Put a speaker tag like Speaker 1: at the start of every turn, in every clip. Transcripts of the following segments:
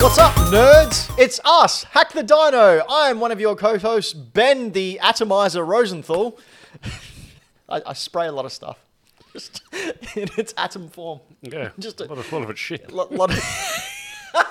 Speaker 1: What's up, nerds? It's us, Hack the Dino. I am one of your co-hosts, Ben the Atomizer Rosenthal. I, I spray a lot of stuff, just in its atom form.
Speaker 2: Yeah,
Speaker 1: Just
Speaker 2: just
Speaker 1: a-
Speaker 2: a lot of, lot of it's shit.
Speaker 1: Lot, lot of-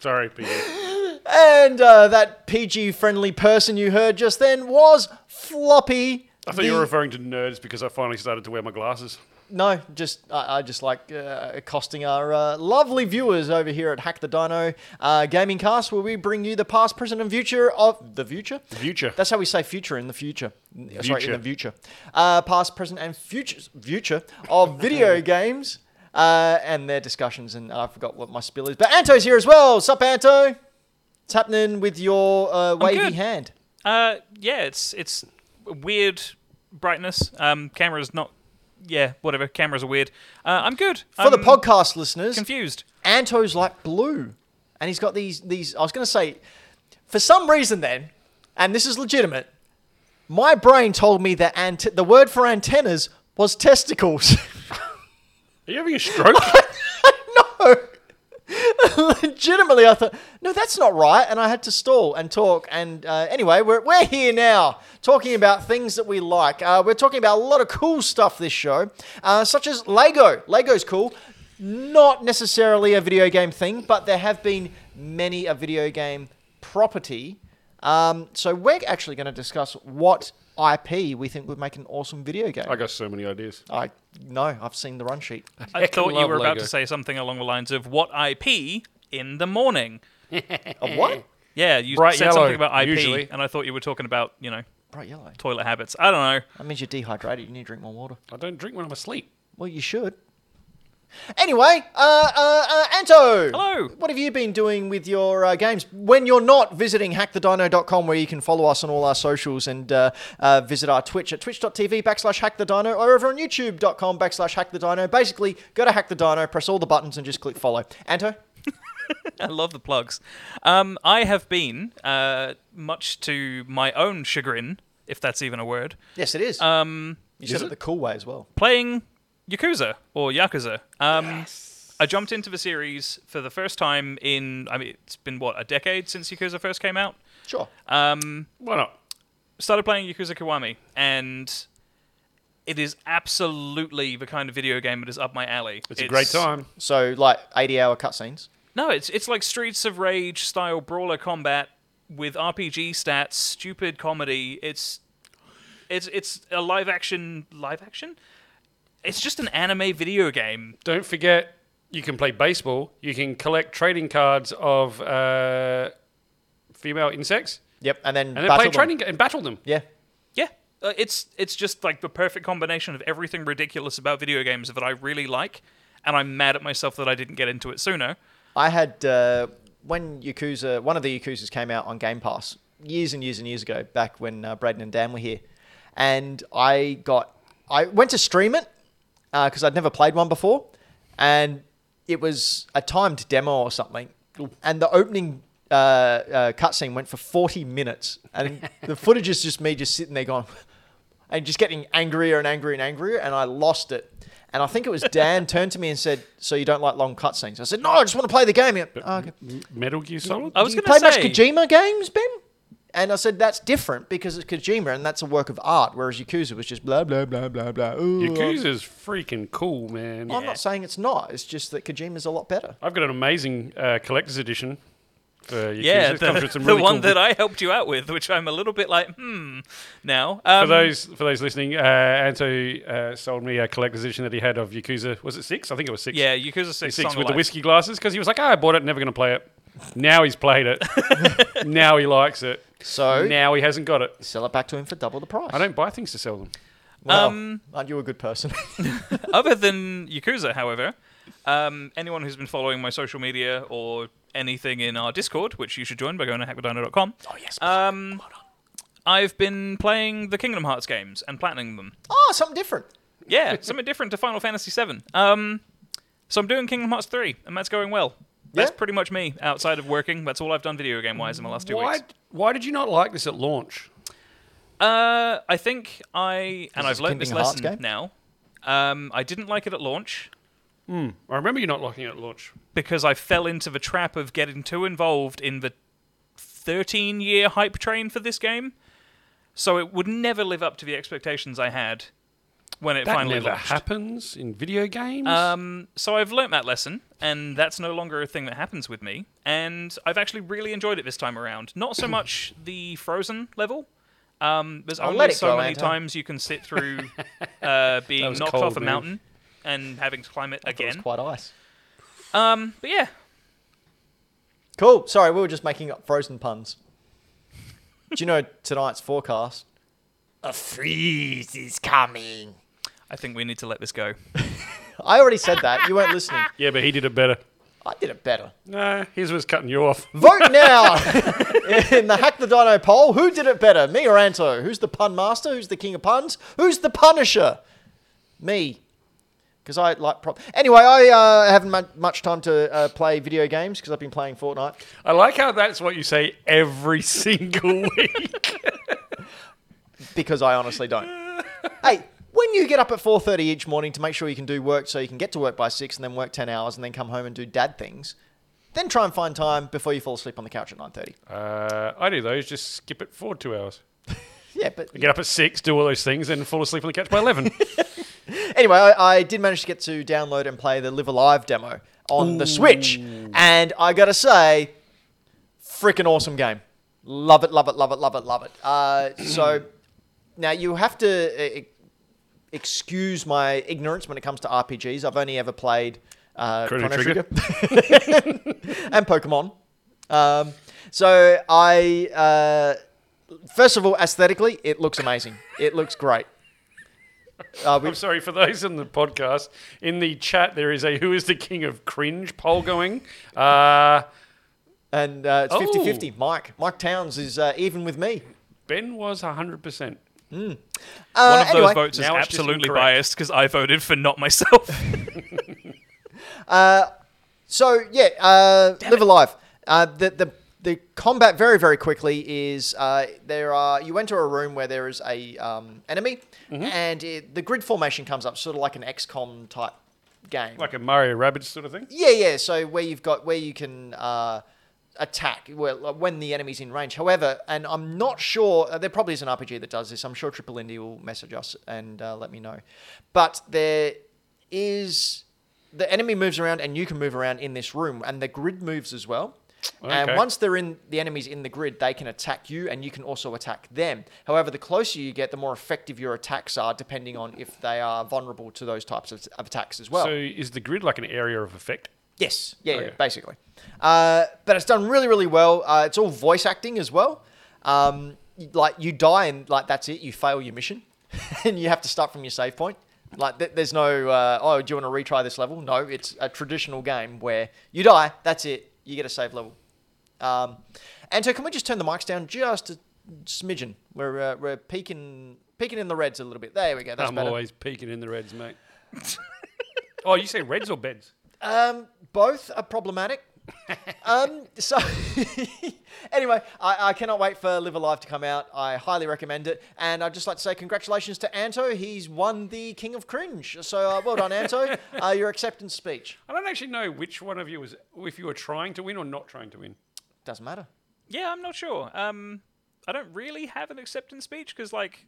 Speaker 2: Sorry, but yeah.
Speaker 1: and uh, that PG-friendly person you heard just then was Floppy.
Speaker 2: I thought you were referring to nerds because I finally started to wear my glasses.
Speaker 1: No, just I, I just like uh, accosting our uh, lovely viewers over here at Hack the Dino uh, Gaming Cast, where we bring you the past, present, and future of the future.
Speaker 2: Future.
Speaker 1: That's how we say future in the future. N- Sorry, in
Speaker 2: Future.
Speaker 1: the future. Uh, past, present, and future future of video games uh, and their discussions. And I forgot what my spill is, but Anto's here as well. Sup, Anto? What's happening with your uh, wavy
Speaker 3: good.
Speaker 1: hand?
Speaker 3: Uh, yeah, it's it's weird brightness. Um, camera's not. Yeah, whatever. Cameras are weird. Uh, I'm good.
Speaker 1: For the podcast listeners,
Speaker 3: confused.
Speaker 1: Anto's like blue, and he's got these these. I was gonna say, for some reason, then, and this is legitimate. My brain told me that ant- the word for antennas was testicles.
Speaker 2: Are you having a stroke?
Speaker 1: Legitimately, I thought, no, that's not right, and I had to stall and talk. And uh, anyway, we're we're here now talking about things that we like. Uh, we're talking about a lot of cool stuff this show, uh, such as Lego. Lego's cool. Not necessarily a video game thing, but there have been many a video game property. Um, so we're actually going to discuss what IP we think would make an awesome video game.
Speaker 2: I got so many ideas.
Speaker 1: I no, I've seen the run sheet. Uh,
Speaker 3: I thought you
Speaker 4: love
Speaker 3: were about
Speaker 4: Lego.
Speaker 3: to say something along the lines of "What IP in the morning?"
Speaker 1: A what?
Speaker 3: Yeah, you
Speaker 2: Bright
Speaker 3: said
Speaker 2: yellow,
Speaker 3: something about IP,
Speaker 2: usually.
Speaker 3: and I thought you were talking about you know
Speaker 1: Bright yellow.
Speaker 3: toilet habits. I don't know.
Speaker 1: That means you're dehydrated. You need to drink more water.
Speaker 2: I don't drink when I'm asleep.
Speaker 1: Well, you should. Anyway, uh, uh, uh, Anto.
Speaker 3: Hello.
Speaker 1: What have you been doing with your uh, games when you're not visiting hackthedino.com, where you can follow us on all our socials and uh, uh, visit our Twitch at twitch.tv backslash hackthedino or over on youtube.com backslash hackthedino. Basically, go to hackthedino, press all the buttons, and just click follow. Anto?
Speaker 3: I love the plugs. Um, I have been, uh, much to my own chagrin, if that's even a word,
Speaker 1: Yes, it is. Um, you said it? the cool way as well.
Speaker 3: playing Yakuza or Yakuza. Um, I jumped into the series for the first time in, I mean, it's been what, a decade since Yakuza first came out? Um,
Speaker 1: Sure.
Speaker 2: Why not?
Speaker 3: Started playing Yakuza Kiwami, and it is absolutely the kind of video game that is up my alley.
Speaker 2: It's, a great time.
Speaker 1: so, like 80 hour cutscenes.
Speaker 3: No, it's it's like Streets of Rage style brawler combat with RPG stats, stupid comedy. It's it's it's a live action live action. It's just an anime video game
Speaker 2: Don't forget, you can play baseball. You can collect trading cards of uh, female insects
Speaker 1: Yep. And then,
Speaker 2: and then
Speaker 1: battle
Speaker 2: play
Speaker 1: them.
Speaker 2: trading and battle them.
Speaker 1: Yeah.
Speaker 3: Yeah, uh, it's it's just like the perfect combination of everything ridiculous about video games that I really like, and I'm mad at myself that I didn't get into it sooner.
Speaker 1: I had uh, when Yakuza, one of the Yakuza's came out on Game Pass years and years and years ago, back when uh, Braden and Dan were here, and I got, I went to stream it because I'd never played one before, and it was a timed demo or something, and the opening. Uh, uh, cutscene went for 40 minutes, and the footage is just me just sitting there going, and just getting angrier and angrier and angrier, and I lost it. And I think it was Dan turned to me and said, "So you don't like long cutscenes?" I said, "No, I just want to play the game." He went, "Oh, okay.
Speaker 2: Metal Gear Solid?
Speaker 3: I was
Speaker 1: you
Speaker 3: going to
Speaker 1: play
Speaker 3: say,
Speaker 1: much Kojima games, Ben? And I said, "That's different because it's Kojima, and that's a work of art, whereas Yakuza was just blah blah blah blah blah." Ooh,
Speaker 2: Yakuza's freaking cool, man.
Speaker 1: I'm not saying it's not. It's just that Kojima's a lot better.
Speaker 2: I've got an amazing uh, collector's edition for Yakuza.
Speaker 3: yeah,
Speaker 2: It
Speaker 3: the,
Speaker 2: comes with some
Speaker 3: the
Speaker 2: really
Speaker 3: one
Speaker 2: cool-
Speaker 3: that I helped you out with, which I'm a little bit like, hmm, now.
Speaker 2: For
Speaker 3: Um,
Speaker 2: those for those listening, uh, Anto uh, sold me a collector's edition that he had of Yakuza. Was it six? I think it was six.
Speaker 3: yeah, Yakuza Six,
Speaker 2: six
Speaker 3: Song
Speaker 2: with
Speaker 3: of
Speaker 2: the
Speaker 3: Life.
Speaker 2: whiskey glasses because he was like, "Ah, I bought it, never going to play it. Now he's played it. now he likes it.
Speaker 1: So
Speaker 2: Now he hasn't got it.
Speaker 1: sell it back to him for double the price.
Speaker 2: I don't buy things to sell them.
Speaker 1: Wow.
Speaker 3: Um,
Speaker 1: aren't you a good person?
Speaker 3: Other than Yakuza, however, um, anyone who's been following my social media or anything in our Discord, which you should join by going to hackmadino.com. Oh yes.
Speaker 1: Ah,
Speaker 3: Um, I've been playing the Kingdom Hearts games and platinum them.
Speaker 1: oh, something different.
Speaker 3: Yeah, something different to Final Fantasy VII. Um, so I'm doing Kingdom Hearts 3, and that's going well. That's
Speaker 1: Yeah?
Speaker 3: pretty much me outside of working. That's all I've done video game wise in the last two
Speaker 2: Why?
Speaker 3: weeks.
Speaker 2: Why did you not like this at launch?
Speaker 3: Uh, I think I
Speaker 1: this
Speaker 3: and I've learned this
Speaker 1: Kingdom Hearts
Speaker 3: lesson
Speaker 1: game?
Speaker 3: now. Um, I didn't like it at launch
Speaker 2: I remember you not liking it at launch.
Speaker 3: because I fell into the trap of getting too involved in the 13 year hype train for this game. So it would never live up to the expectations I had when it
Speaker 2: That
Speaker 3: finally
Speaker 2: never
Speaker 3: launched.
Speaker 2: happens in video games.
Speaker 3: Um, so I've learnt that lesson, and that's no longer a thing that happens with me. And I've actually really enjoyed it this time around. Not so much the Frozen level. Um, there's
Speaker 1: I'll
Speaker 3: only
Speaker 1: let it
Speaker 3: so
Speaker 1: go,
Speaker 3: many
Speaker 1: Anton.
Speaker 3: times you can sit through uh, being
Speaker 2: was
Speaker 3: knocked
Speaker 2: cold,
Speaker 3: off a
Speaker 2: man.
Speaker 3: mountain and having to climb it
Speaker 1: It was
Speaker 3: again.
Speaker 1: quite ice.
Speaker 3: Um, but yeah,
Speaker 1: Cool. Sorry, we were just making up frozen puns. Do you know tonight's forecast? A freeze is coming.
Speaker 3: I think we need to let this go.
Speaker 1: I already said that. You weren't listening.
Speaker 2: yeah, but he did it better.
Speaker 1: I did it better.
Speaker 2: Nah, his was cutting you off.
Speaker 1: Vote now in the Hack the Dino poll. Who did it better, me or Anto? Who's the pun master? Who's the king of puns? Who's the punisher? Me. Because I like prop. Anyway, I uh, haven't mu- much time to uh, play video games because I've been playing Fortnite.
Speaker 2: I like how that's what you say every single week.
Speaker 1: because I honestly don't. hey, when you get up at 4:30 each morning to make sure you can do work so you can get to work by 6 and then work 10 hours and then come home and do dad things, then try and find time before you fall asleep on the couch at 9:30.
Speaker 2: uh, I do those. Just skip it forward two hours.
Speaker 1: Yeah, but
Speaker 2: I get up at six, do all those things, then fall asleep on the couch by eleven.
Speaker 1: anyway, I, I did manage to get to download and play the Live Alive demo on the Switch, and I gotta say, freaking awesome game. Love it, love it, love it, love it, love it. Uh, so now you have to uh, excuse my ignorance when it comes to RPGs. I've only ever played uh,
Speaker 2: Chrono
Speaker 1: Chrono
Speaker 2: Trigger.
Speaker 1: Trigger. and Pokemon. Um, so I. Uh, First of all, aesthetically, it looks amazing. It looks great. Uh, we,
Speaker 2: I'm sorry for those in the podcast. In the chat, there is a "Who is the King of Cringe" poll going. Uh,
Speaker 1: And uh, it's
Speaker 2: Oh.
Speaker 1: 50 50. Mike. Mike Towns is uh, even with me.
Speaker 2: ben was 100. percent
Speaker 1: Uh,
Speaker 3: One of
Speaker 1: anyway,
Speaker 3: those votes is
Speaker 2: now it's just
Speaker 3: absolutely
Speaker 2: incorrect.
Speaker 3: biased because I voted for not myself.
Speaker 1: So, yeah, uh, Live Alive. Uh, the, the, the combat very, very quickly is uh, there are you enter a room where there is a um, enemy and it, the grid formation comes up, sort of like an XCOM type game.
Speaker 2: like a Mario Rabbids sort of thing.
Speaker 1: Yeah, yeah. So where you've got where you can uh, attack well, uh, when the enemy's in range. However, and I'm not sure uh, there probably is an RPG that does this. I'm sure Triple Indie will message us and uh, let me know. But there is the enemy moves around and you can move around in this room, and the grid moves as well. And
Speaker 2: Okay.
Speaker 1: once they're in the enemies in the grid, they can attack you, and you can also attack them. However, the closer you get, the more effective your attacks are, depending on if they are vulnerable to those types of, of attacks as well.
Speaker 2: So is the grid like an area of effect?
Speaker 1: Yes. Yeah, yeah
Speaker 2: Okay.
Speaker 1: basically. Uh, but it's done really, really well. Uh, it's all voice acting as well. Um, y- like you die and like that's it. You fail your mission, and you have to start from your save point. Like th- there's no uh, oh, do you want to retry this level? No, it's a traditional game where you die. That's it. You get a save level. Um, and so can we just turn the mics down just a smidgen? We're uh, we're peeking peeking in the reds a little bit. There we go. That's
Speaker 2: I'm
Speaker 1: better.
Speaker 2: always peeking in the reds, mate. oh, you say reds or beds?
Speaker 1: Um, both are problematic. um, so, anyway, I, I cannot wait for Live Alive to come out. I highly recommend it. And I'd just like to say congratulations to Anto. He's won the King of Cringe. So, uh, well done, Anto. uh, your acceptance speech.
Speaker 2: I don't actually know which one of you was if you were trying to win or not trying to win.
Speaker 1: Doesn't matter.
Speaker 3: Yeah, I'm not sure. Um, I don't really have an acceptance speech because, like,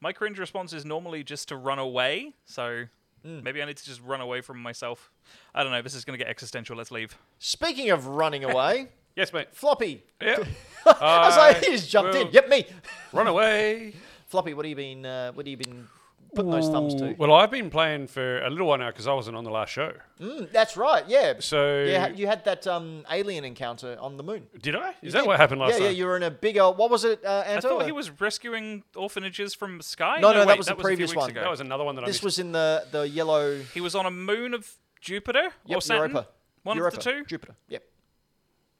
Speaker 3: my cringe response is normally just to run away. So
Speaker 1: Hmm.
Speaker 3: maybe I need to just run away from myself. I don't know. This is going to get existential. Let's leave.
Speaker 1: Speaking of running away,
Speaker 2: Yes, mate.
Speaker 1: Floppy.
Speaker 2: Yeah.
Speaker 1: I was like, he just jumped in.
Speaker 2: will-
Speaker 1: Yep, me.
Speaker 2: Run away.
Speaker 1: Floppy, what have you been? Uh, what have you been putting those thumbs to?
Speaker 2: Well, I've been playing for a little while now because I wasn't on the last show.
Speaker 1: Mm, that's right. Yeah.
Speaker 2: So
Speaker 1: yeah, you had that um, alien encounter on the moon.
Speaker 2: did I? Is that what happened last
Speaker 1: yeah,
Speaker 2: time?
Speaker 1: Yeah, you were in a big old. What was it, uh,
Speaker 3: I
Speaker 1: Anto?
Speaker 3: thought he
Speaker 1: Uh,
Speaker 3: was rescuing orphanages from the sky.
Speaker 1: No, no, that
Speaker 3: wait,
Speaker 1: was the
Speaker 3: a few
Speaker 1: previous
Speaker 3: weeks
Speaker 1: one.
Speaker 3: ago.
Speaker 2: that was another one that
Speaker 1: This
Speaker 2: I missed.
Speaker 1: was in the the yellow.
Speaker 3: He was on a moon of Jupiter or
Speaker 1: Yep,
Speaker 3: Saturn.
Speaker 1: Europa.
Speaker 3: One
Speaker 1: Europa,
Speaker 3: of the two.
Speaker 1: Jupiter. Yep.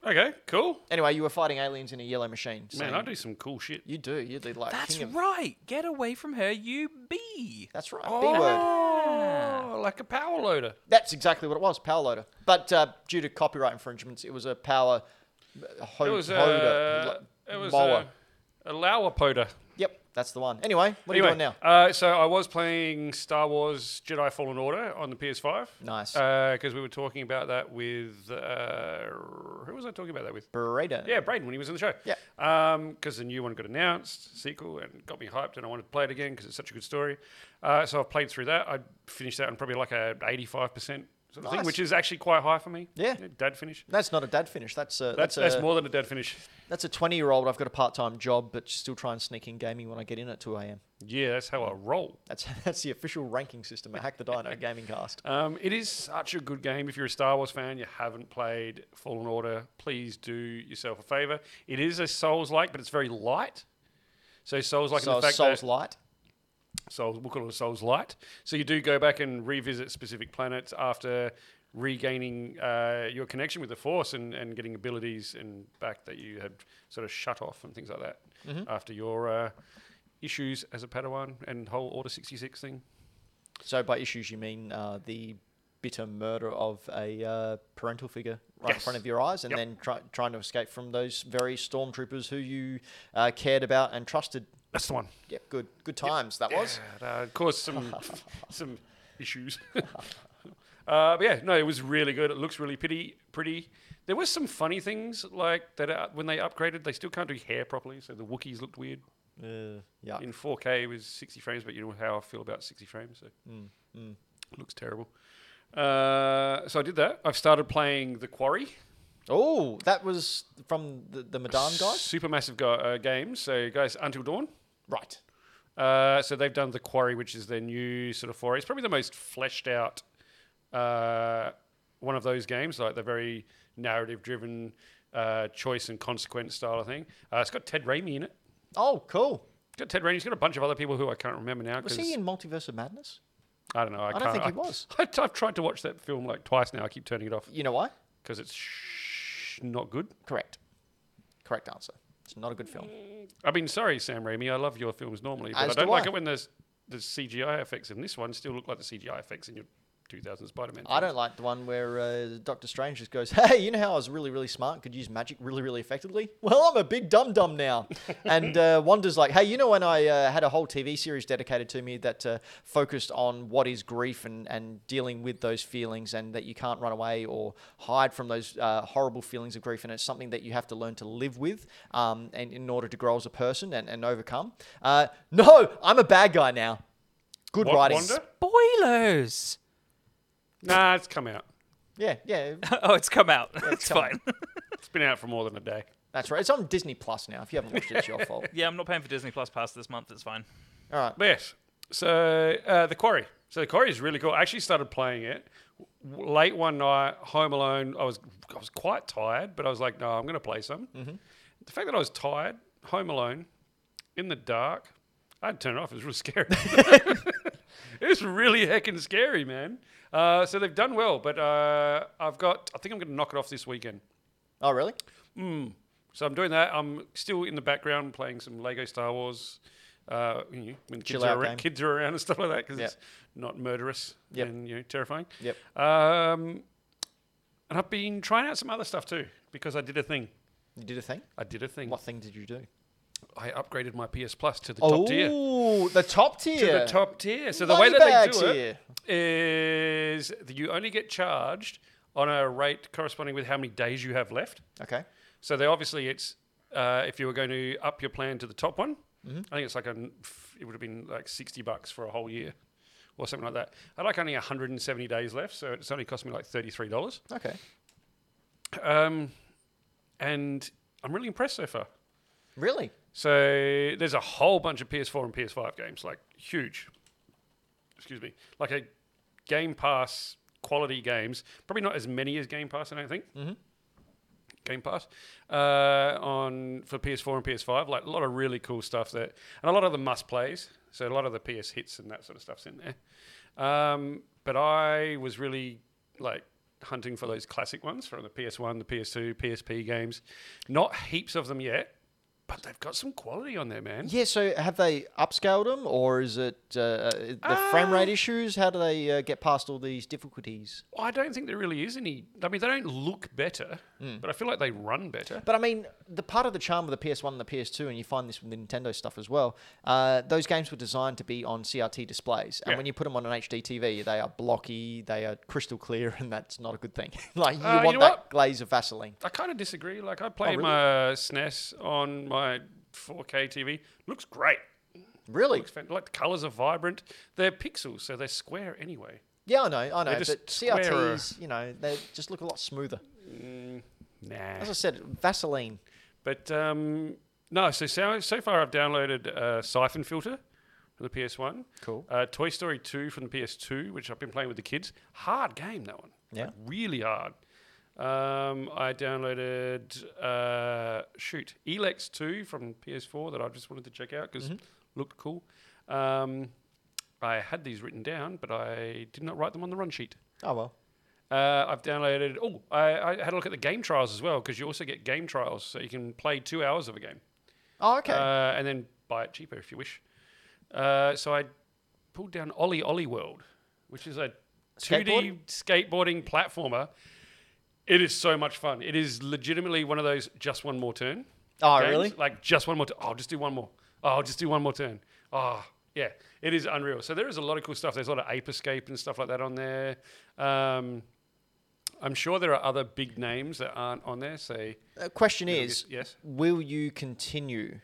Speaker 2: okay, cool.
Speaker 1: Anyway, you were fighting aliens in a yellow machine. So
Speaker 2: Man, I do some cool shit.
Speaker 1: You do. You did like.
Speaker 3: That's
Speaker 1: king of-
Speaker 3: right. Get away from her, you bee.
Speaker 1: That's right. B word.
Speaker 2: Oh, like a power loader.
Speaker 1: That's exactly what it was. Power loader. But uh, due to copyright infringements, it was a Oh, power. uh, Ho-
Speaker 2: It was
Speaker 1: hoder,
Speaker 2: a.
Speaker 1: lo-
Speaker 2: It was uh,
Speaker 1: mower.
Speaker 2: a. A Lauer poder.
Speaker 1: Yep. That's the one. Anyway, what are you doing now?
Speaker 2: Uh, so I was playing Star Wars Jedi Fallen Order on the PS5.
Speaker 1: Nice.
Speaker 2: Uh, Because we were talking about that with uh, who was I talking about that with?
Speaker 1: Burrito.
Speaker 2: Yeah, Braden when he was on the show.
Speaker 1: Yeah.
Speaker 2: Because the new one got announced, sequel, and got me hyped, and I wanted to play it again because it's such a good story. Uh, so I've played through that. I finished that on probably like a 85 percent sort of thing,
Speaker 1: Nice.
Speaker 2: which is actually quite high for me.
Speaker 1: Yeah.
Speaker 2: Dad finish.
Speaker 1: That's not a dad finish. That's a
Speaker 2: That's
Speaker 1: that's,
Speaker 2: that's
Speaker 1: a,
Speaker 2: more than a dad finish.
Speaker 1: that's a twenty year old. I've got a part time job, but still try and sneak in gaming when I get in at two a.m.
Speaker 2: Yeah, that's how I roll.
Speaker 1: That's that's the official ranking system at Hack the Dino Gaming Cast.
Speaker 2: Um, it is such a good game. If you're a Star Wars fan, you haven't played Fallen Order, please do yourself a favor. It is a Souls like, but it's very light. So Souls like in
Speaker 1: so
Speaker 2: the fact
Speaker 1: Souls
Speaker 2: that
Speaker 1: Light.
Speaker 2: Souls, we'll call it a Souls light. So you do go back and revisit specific planets after regaining uh, your connection with the Force and, and getting abilities and back that you had sort of shut off and things like that after your uh, issues as a Padawan and whole Order sixty six thing.
Speaker 1: So by issues you mean uh, the bitter murder of a uh, parental figure right in
Speaker 2: Yes.
Speaker 1: front of your eyes, and
Speaker 2: Yep.
Speaker 1: then try, trying to escape from those very stormtroopers who you uh, cared about and trusted.
Speaker 2: That's the one.
Speaker 1: Yep, good good times that was.
Speaker 2: Yeah, it, uh, caused some some issues. uh, but yeah, no, it was really good. It looks really pretty. Pretty. There was some funny things like that uh, when they upgraded, they still can't do hair properly, so the Wookiees looked weird.
Speaker 1: Uh, yeah,
Speaker 2: In 4K, it was 60 frames, but you know how I feel about 60 frames, so
Speaker 1: Mm,
Speaker 2: it looks terrible. Uh, so I did that. I've started playing The Quarry.
Speaker 1: Oh, that was from the, the Madan guys?
Speaker 2: Supermassive guy, uh, games. So guys, Until Dawn.
Speaker 1: Right.
Speaker 2: Uh, so they've done The Quarry, which is their new sort of foray. It's probably the most fleshed out uh, one of those games, like the very narrative driven uh, choice and consequence style of thing. Uh, it's got Ted Raimi in it.
Speaker 1: Oh, cool.
Speaker 2: It's got Ted Raimi. It's got a bunch of other people who I can't remember now.
Speaker 1: Was
Speaker 2: 'cause-
Speaker 1: he in Multiverse of Madness?
Speaker 2: I don't know. I,
Speaker 1: don't
Speaker 2: can't,
Speaker 1: think he was.
Speaker 2: I, have tried to watch that film like twice now. I keep turning it off
Speaker 1: You know why?
Speaker 2: because it's sh- not good.
Speaker 1: Correct. Correct answer. It's not a good film.
Speaker 2: I mean, sorry, Sam Raimi. I love your films normally, but
Speaker 1: As
Speaker 2: I don't
Speaker 1: do
Speaker 2: like
Speaker 1: I.
Speaker 2: it when there's the CGI effects in this one still look like the CGI effects in your 2000 Spider-Man.
Speaker 1: I don't like the one where uh, Doctor Strange just goes, "Hey, you know how I was really, really smart, could use magic really, really effectively? Well, I'm a big dum dum now." and uh, Wanda's like, "Hey, you know when I uh, had a whole TV series dedicated to me that uh, focused on what is grief and and dealing with those feelings, and that you can't run away or hide from those uh, horrible feelings of grief, and it's something that you have to learn to live with, um, and in order to grow as a person and, and overcome." Uh, no, I'm a bad guy now. Good
Speaker 2: What,
Speaker 1: writing.
Speaker 2: Wanda?
Speaker 3: Spoilers.
Speaker 2: Nah, it's come out.
Speaker 1: Yeah, yeah.
Speaker 3: oh, it's come out. it's
Speaker 1: come
Speaker 3: fine.
Speaker 2: It's been out for more than a day.
Speaker 1: That's right. It's on Disney Plus now. If you haven't watched it, it's your fault.
Speaker 3: yeah, I'm not paying for Disney Plus Pass this month. It's fine.
Speaker 1: All right.
Speaker 2: But yes. So uh, the quarry. So the quarry is really cool. I actually started playing it w- late one night, home alone. I was I was quite tired, but I was like, no, I'm going to play some. The fact that I was tired, home alone, in the dark, I had to turn it off. It was really scary. it was really heckin' scary, man. Uh, so they've done well, but uh, I've got. I think I'm going to knock it off this weekend.
Speaker 1: Oh, really?
Speaker 2: So I'm doing that. I'm still in the background playing some Lego Star Wars. Uh, you know, when the
Speaker 1: Chill
Speaker 2: kids are,
Speaker 1: out
Speaker 2: around,
Speaker 1: game.
Speaker 2: kids are around and stuff like that because
Speaker 1: Yep.
Speaker 2: it's not murderous
Speaker 1: Yep.
Speaker 2: and you know terrifying.
Speaker 1: Yep.
Speaker 2: Um, and I've been trying out some other stuff too because I did a thing.
Speaker 1: You did a thing?
Speaker 2: I did a thing.
Speaker 1: What thing did you do?
Speaker 2: I upgraded my PS Plus to the
Speaker 1: Oh,
Speaker 2: top
Speaker 1: the
Speaker 2: tier.
Speaker 1: top tier.
Speaker 2: To the top tier. So the way
Speaker 1: Money
Speaker 2: that
Speaker 1: bags
Speaker 2: they do
Speaker 1: here.
Speaker 2: it is that you only get charged on a rate corresponding with how many days you have left.
Speaker 1: Okay.
Speaker 2: So they obviously it's uh, if you were going to up your plan to the top one, I think it's like a n- f- it would have been like sixty bucks for a whole year or something like that. I like only one hundred and seventy days left, so it's only cost me like thirty three dollars.
Speaker 1: Okay.
Speaker 2: Um, and I'm really impressed so far.
Speaker 1: Really?
Speaker 2: So there's a whole bunch of PS4 and PS5 games, like huge. Excuse me, like a Game Pass quality games. Probably not as many as Game Pass, I don't think. Mm-hmm. Game Pass uh, on for PS4 and PS5, like a lot of really cool stuff that, and a lot of the must plays. So a lot of the PS hits and that sort of stuff's in there. Um, but I was really like hunting for those classic ones from the PS1, the PS2, PSP games. Not heaps of them yet, but they've got some quality on there, man.
Speaker 1: Yeah, so have they upscaled them or is it uh, uh, the frame rate issues? How do uh, they uh, get past all these difficulties?
Speaker 2: I don't think there really is any. I mean, they don't look better.
Speaker 1: Hmm.
Speaker 2: but I feel like they run better.
Speaker 1: But I mean, the part of the charm of the PS1 and the PS2, and you find this with the Nintendo stuff as well, uh, those games were designed to be on CRT displays. And
Speaker 2: Yeah.
Speaker 1: when you put them on an HD TV, they are blocky, they are crystal clear, and that's not a good thing. like, you
Speaker 2: Uh, you
Speaker 1: want
Speaker 2: know
Speaker 1: that
Speaker 2: what?
Speaker 1: glaze of Vaseline.
Speaker 2: I kind of disagree. Like I play
Speaker 1: Oh, really?
Speaker 2: my SNES on my 4K TV. Looks great.
Speaker 1: Really?
Speaker 2: Looks fan- like the colors are vibrant. They're pixels, so they're square anyway.
Speaker 1: Yeah, I know, I know.
Speaker 2: just
Speaker 1: But
Speaker 2: squarer.
Speaker 1: CRTs, you know, they just look a lot smoother.
Speaker 2: Nah.
Speaker 1: As I said, Vaseline.
Speaker 2: But um, no, so, so so far I've downloaded uh, Siphon Filter for the PS1.
Speaker 1: Cool.
Speaker 2: Uh, Toy Story 2 from the PS2, which I've been playing with the kids. Hard game, that one.
Speaker 1: Yeah.
Speaker 2: Like, really hard. Um, I downloaded, uh, shoot, Elex 2 from PS4 that I just wanted to check out because looked cool. Um, I had these written down, but I did not write them on the run sheet.
Speaker 1: Oh, well.
Speaker 2: Uh, I've downloaded. Oh, I, I had a look at the game trials as well because you also get game trials, so you can play two hours of a game
Speaker 1: Oh, okay.
Speaker 2: uh, and then buy it cheaper if you wish. Uh, so I pulled down Ollie Ollie World, which is a 2D skateboarding platformer. It is so much fun. It is legitimately one of those just one more turn.
Speaker 1: Oh, really?
Speaker 2: Like just one more. T- oh, I'll just do one more. Oh, I'll just do one more turn. Oh, yeah. It is unreal. So there is a lot of cool stuff. There's a lot of Ape Escape and stuff like that on there. Um, I'm sure there are other big names that aren't on there. Say
Speaker 1: Uh, question
Speaker 2: Metal
Speaker 1: is,
Speaker 2: Gear- yes?
Speaker 1: will you continue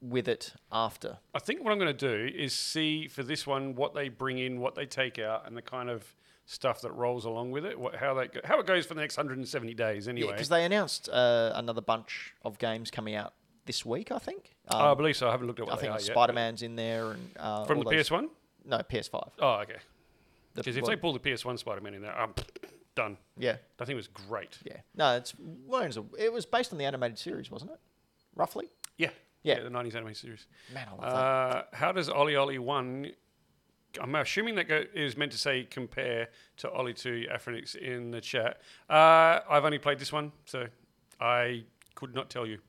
Speaker 1: with it after?
Speaker 2: I think what I'm going to do is see for this one what they bring in, what they take out, and the kind of stuff that rolls along with it. What, how that go, how it goes for the next 170 days, anyway.
Speaker 1: because they announced uh, another bunch of games coming out this week, I think. Um,
Speaker 2: Oh, I believe so. I haven't looked at
Speaker 1: I
Speaker 2: what they
Speaker 1: think
Speaker 2: are yet.
Speaker 1: Spider Man's in there and uh,
Speaker 2: from
Speaker 1: all
Speaker 2: the
Speaker 1: those-
Speaker 2: PS1.
Speaker 1: No, PS5.
Speaker 2: Oh, okay.
Speaker 1: The-
Speaker 2: Because if
Speaker 1: well,
Speaker 2: they pull the PS1 Spider-Man in there, I'm done.
Speaker 1: yeah,
Speaker 2: That thing was great.
Speaker 1: yeah. No, it's well, it was a- it was based on the animated series, wasn't it? Roughly.
Speaker 2: Yeah,
Speaker 1: Yeah.
Speaker 2: the 90s anime series.
Speaker 1: Man, I love that.
Speaker 2: Uh, how does Ollie Ollie One? I'm assuming that go, is meant to say compare to Ollie Two Afronix in the chat. Uh, I've only played this one, so I could not tell you.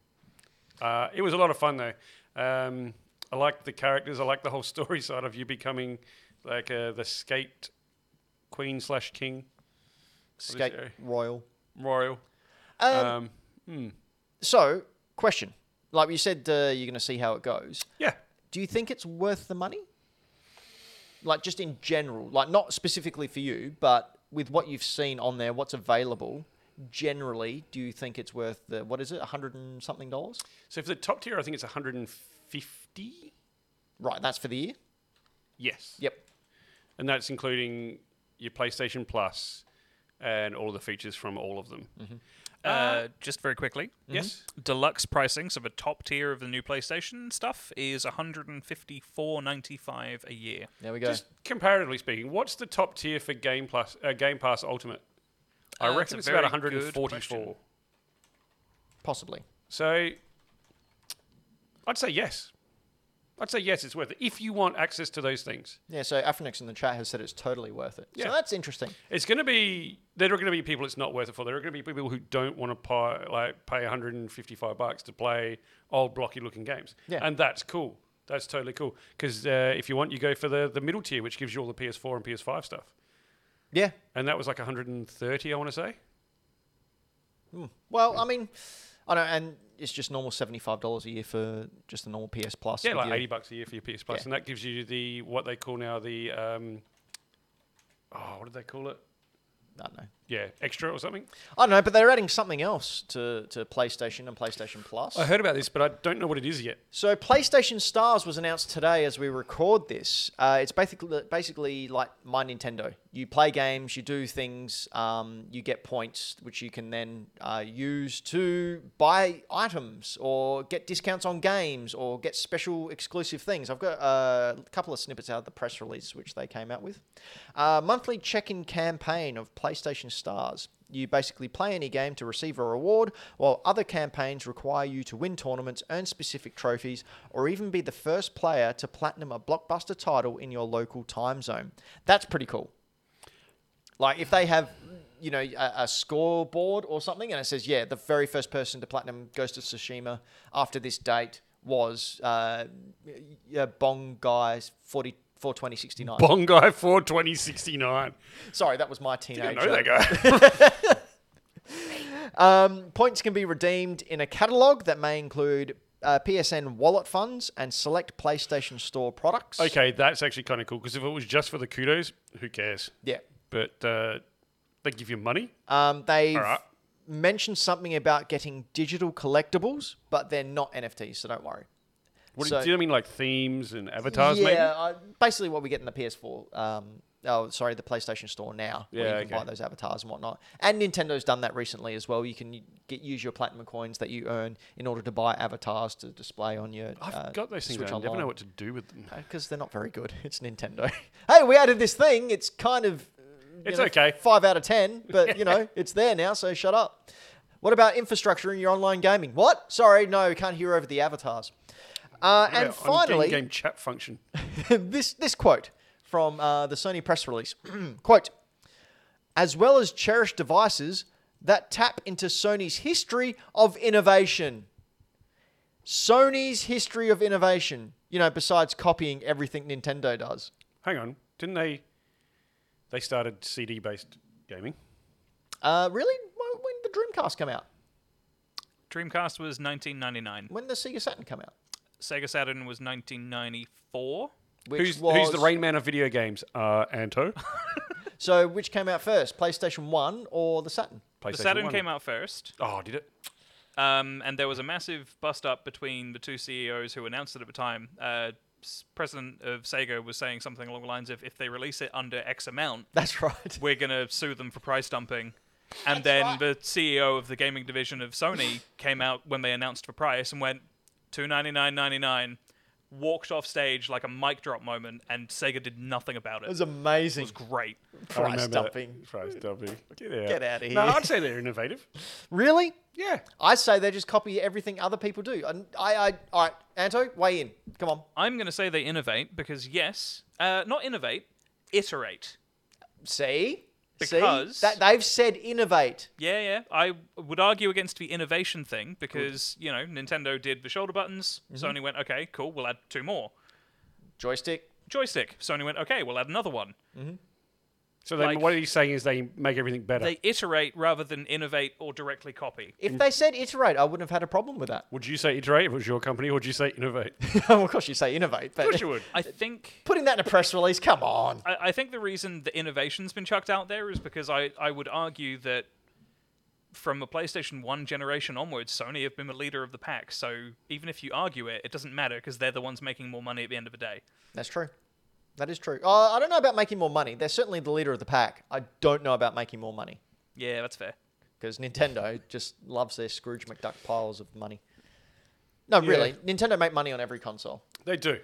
Speaker 2: Uh, it was a lot of fun though. Um, I liked the characters. I liked the whole story side of you becoming like uh, the skate queen slash king
Speaker 1: Skate
Speaker 2: it?
Speaker 1: Royal.
Speaker 2: royal.
Speaker 1: Um,
Speaker 2: Um, hmm.
Speaker 1: so, question: Like you said, uh, you're going to see how it goes.
Speaker 2: Yeah,
Speaker 1: Do you think it's worth the money? Like just in general, like not specifically for you, but with what you've seen on there, what's available. Generally, do you think it's worth the what is it, a hundred and something dollars?
Speaker 2: so for the top tier, I think it's 150.
Speaker 1: Right, that's for the year.
Speaker 2: Yes.
Speaker 1: Yep.
Speaker 2: and that's including your PlayStation Plus and all of the features from all of them.
Speaker 1: Uh-huh.
Speaker 3: Uh, just very quickly,
Speaker 1: Hmm.
Speaker 2: Yes,
Speaker 3: Mm-hmm. deluxe pricing, so the top tier of the new PlayStation stuff is 154.95 a year.
Speaker 1: There we go.
Speaker 2: just comparatively speaking, what's the top tier for Game Plus uh, Game Pass Ultimate? I
Speaker 3: Uh,
Speaker 2: reckon it's
Speaker 3: that's a
Speaker 2: about
Speaker 3: very good
Speaker 2: 144.
Speaker 3: question.
Speaker 1: Possibly.
Speaker 2: So I'd say yes. I'd say yes, it's worth it if you want access to those things.
Speaker 1: Yeah, so Afronix in the chat has said it's totally worth it.
Speaker 2: Yeah.
Speaker 1: So that's interesting.
Speaker 2: It's going to be there are going to be people it's not worth it for. There are going to be people who don't want to pay like pay 155 bucks to play old blocky looking games.
Speaker 1: Yeah.
Speaker 2: and that's cool. That's totally cool because uh, if you want, you go for the the middle tier, which gives you all the PS4 and PS5 stuff.
Speaker 1: Yeah.
Speaker 2: And that was like 130, I want to say.
Speaker 1: Hmm. Well, I mean, I know, and it's just normal $75 a year for just the normal PS Plus.
Speaker 2: Yeah,
Speaker 1: with
Speaker 2: like
Speaker 1: your-
Speaker 2: 80 bucks a year for your PS Plus,
Speaker 1: Yeah.
Speaker 2: and that gives you the what they call now the um, oh, what did they call it?
Speaker 1: I don't know.
Speaker 2: Yeah, extra or something.
Speaker 1: I don't know, but they're adding something else to, to PlayStation and PlayStation Plus.
Speaker 2: I heard about this, but I don't know what it is yet.
Speaker 1: So PlayStation Stars was announced today as we record this. Uh, it's basically basically like My Nintendo. You play games, you do things, um, you get points, which you can then uh, use to buy items or get discounts on games or get special exclusive things. I've got uh, a couple of snippets out of the press release which they came out with. Uh, monthly check-in campaign of PlayStation Stars. You basically play any game to receive a reward, while other campaigns require you to win tournaments, earn specific trophies, or even be the first player to platinum a blockbuster title in your local time zone. That's pretty cool. Like if they have, you know, a, a scoreboard or something, and it says, yeah, the very first person to platinum Ghost of Tsushima after this date was uh, yeah, Bong Guy's 40, 42069.
Speaker 2: Bongai 42069. uh,
Speaker 1: Sorry, that was my teenager.
Speaker 2: Didn't know that guy.
Speaker 1: Um, points can be redeemed in a catalog that may include uh, PSN wallet funds and select PlayStation Store products.
Speaker 2: Okay, that's actually kind of cool because if it was just for the kudos, who cares?
Speaker 1: Yeah.
Speaker 2: But uh, they give you money.
Speaker 1: Um, they've
Speaker 2: All right.
Speaker 1: mentioned something about getting digital collectibles, but they're not NFTs, so don't worry.
Speaker 2: What
Speaker 1: So-
Speaker 2: do you mean, like themes and avatars?
Speaker 1: yeah,
Speaker 2: maybe?
Speaker 1: uh, basically what we get in the PS4. Um, oh, sorry, the PlayStation Store now.
Speaker 2: Yeah,
Speaker 1: where you can buy
Speaker 2: okay.
Speaker 1: those avatars and whatnot. And Nintendo's done that recently as well. You can get use your platinum coins that you earn in order to buy avatars to display on your.
Speaker 2: I've
Speaker 1: uh,
Speaker 2: got those things.
Speaker 1: Switch
Speaker 2: I never
Speaker 1: Online.
Speaker 2: know what to do with them.
Speaker 1: because they're not very good. It's Nintendo. hey, we added this thing. It's kind of uh, you
Speaker 2: It's
Speaker 1: know,
Speaker 2: okay.
Speaker 1: Five out of ten, but you know it's there now. So shut up. What about infrastructure in your online gaming? What? Sorry, no, we can't hear over the avatars. Uh,
Speaker 2: Yeah,
Speaker 1: and
Speaker 2: on
Speaker 1: finally,
Speaker 2: game, game chat function.
Speaker 1: this this quote from uh, the Sony press release quote as well as cherished devices that tap into Sony's history of innovation. Sony's history of innovation, you know, besides copying everything Nintendo does.
Speaker 2: Hang on, didn't they? They started CD-based gaming.
Speaker 1: Uh, really? Wh- When did the Dreamcast come out?
Speaker 3: Dreamcast was 1999.
Speaker 1: When did the Sega Saturn come out?
Speaker 3: Sega Saturn was 1994.
Speaker 1: Which
Speaker 2: Who's, who's the Rain Man of video games? Uh, Anto.
Speaker 1: So, which came out first, PlayStation 1 or the Saturn?
Speaker 3: The Saturn came out first,
Speaker 2: Oh, did it?
Speaker 3: um, and there was a massive bust up between the two CEOs who announced it at the time. Uh, s- President of Sega was saying something along the lines of, "If they release it under X amount,
Speaker 1: That's right.
Speaker 3: we're gonna sue them for price dumping." And then the CEO of the gaming division of Sony came out when they announced the price and went two ninety nine ninety nine, walked off stage like a mic drop moment, and Sega did nothing about it.
Speaker 1: It was amazing.
Speaker 3: It's great.
Speaker 2: I
Speaker 1: Price
Speaker 2: remember that.
Speaker 1: dumping.
Speaker 2: Price dumping. Get out.
Speaker 1: Get outta
Speaker 2: No,
Speaker 1: here.
Speaker 2: I'd say they're innovative.
Speaker 1: Really?
Speaker 2: Yeah.
Speaker 1: I say they just copy everything other people do. And I, I, all right, Anto, weigh in. Come on.
Speaker 3: I'm going to say they innovate because yes, uh, not innovate, iterate.
Speaker 1: See,
Speaker 3: Because-
Speaker 1: see that they've said innovate.
Speaker 3: Yeah, yeah. I would argue against the innovation thing because you know Nintendo did the shoulder buttons. Sony went, okay, cool, we'll add two more.
Speaker 1: Joystick.
Speaker 3: Joystick. Sony went, okay, we'll add another one.
Speaker 2: So then,
Speaker 3: Like-
Speaker 2: what he's saying is they make everything better.
Speaker 3: They iterate rather than innovate or directly copy.
Speaker 1: If they said iterate, I wouldn't have had a problem with that.
Speaker 2: would you say iterate if it was your company, or would you say innovate? of
Speaker 1: well, of course, you say innovate, but
Speaker 2: course you would.
Speaker 3: I think
Speaker 1: putting that in a press release, come on.
Speaker 3: I, I think the reason the innovation's been chucked out there is because I, I would argue that from the PlayStation 1 generation onwards, Sony have been the leader of the pack. So even if you argue it, it doesn't matter because they're the ones making more money at the end of the day.
Speaker 1: That's true. That is true. Uh, I don't know about making more money. They're certainly the leader of the pack. I don't know about making more money
Speaker 3: Yeah, that's fair.
Speaker 1: because Nintendo just loves their Scrooge McDuck piles of money. No, really, Nintendo make money on every console.
Speaker 2: They do,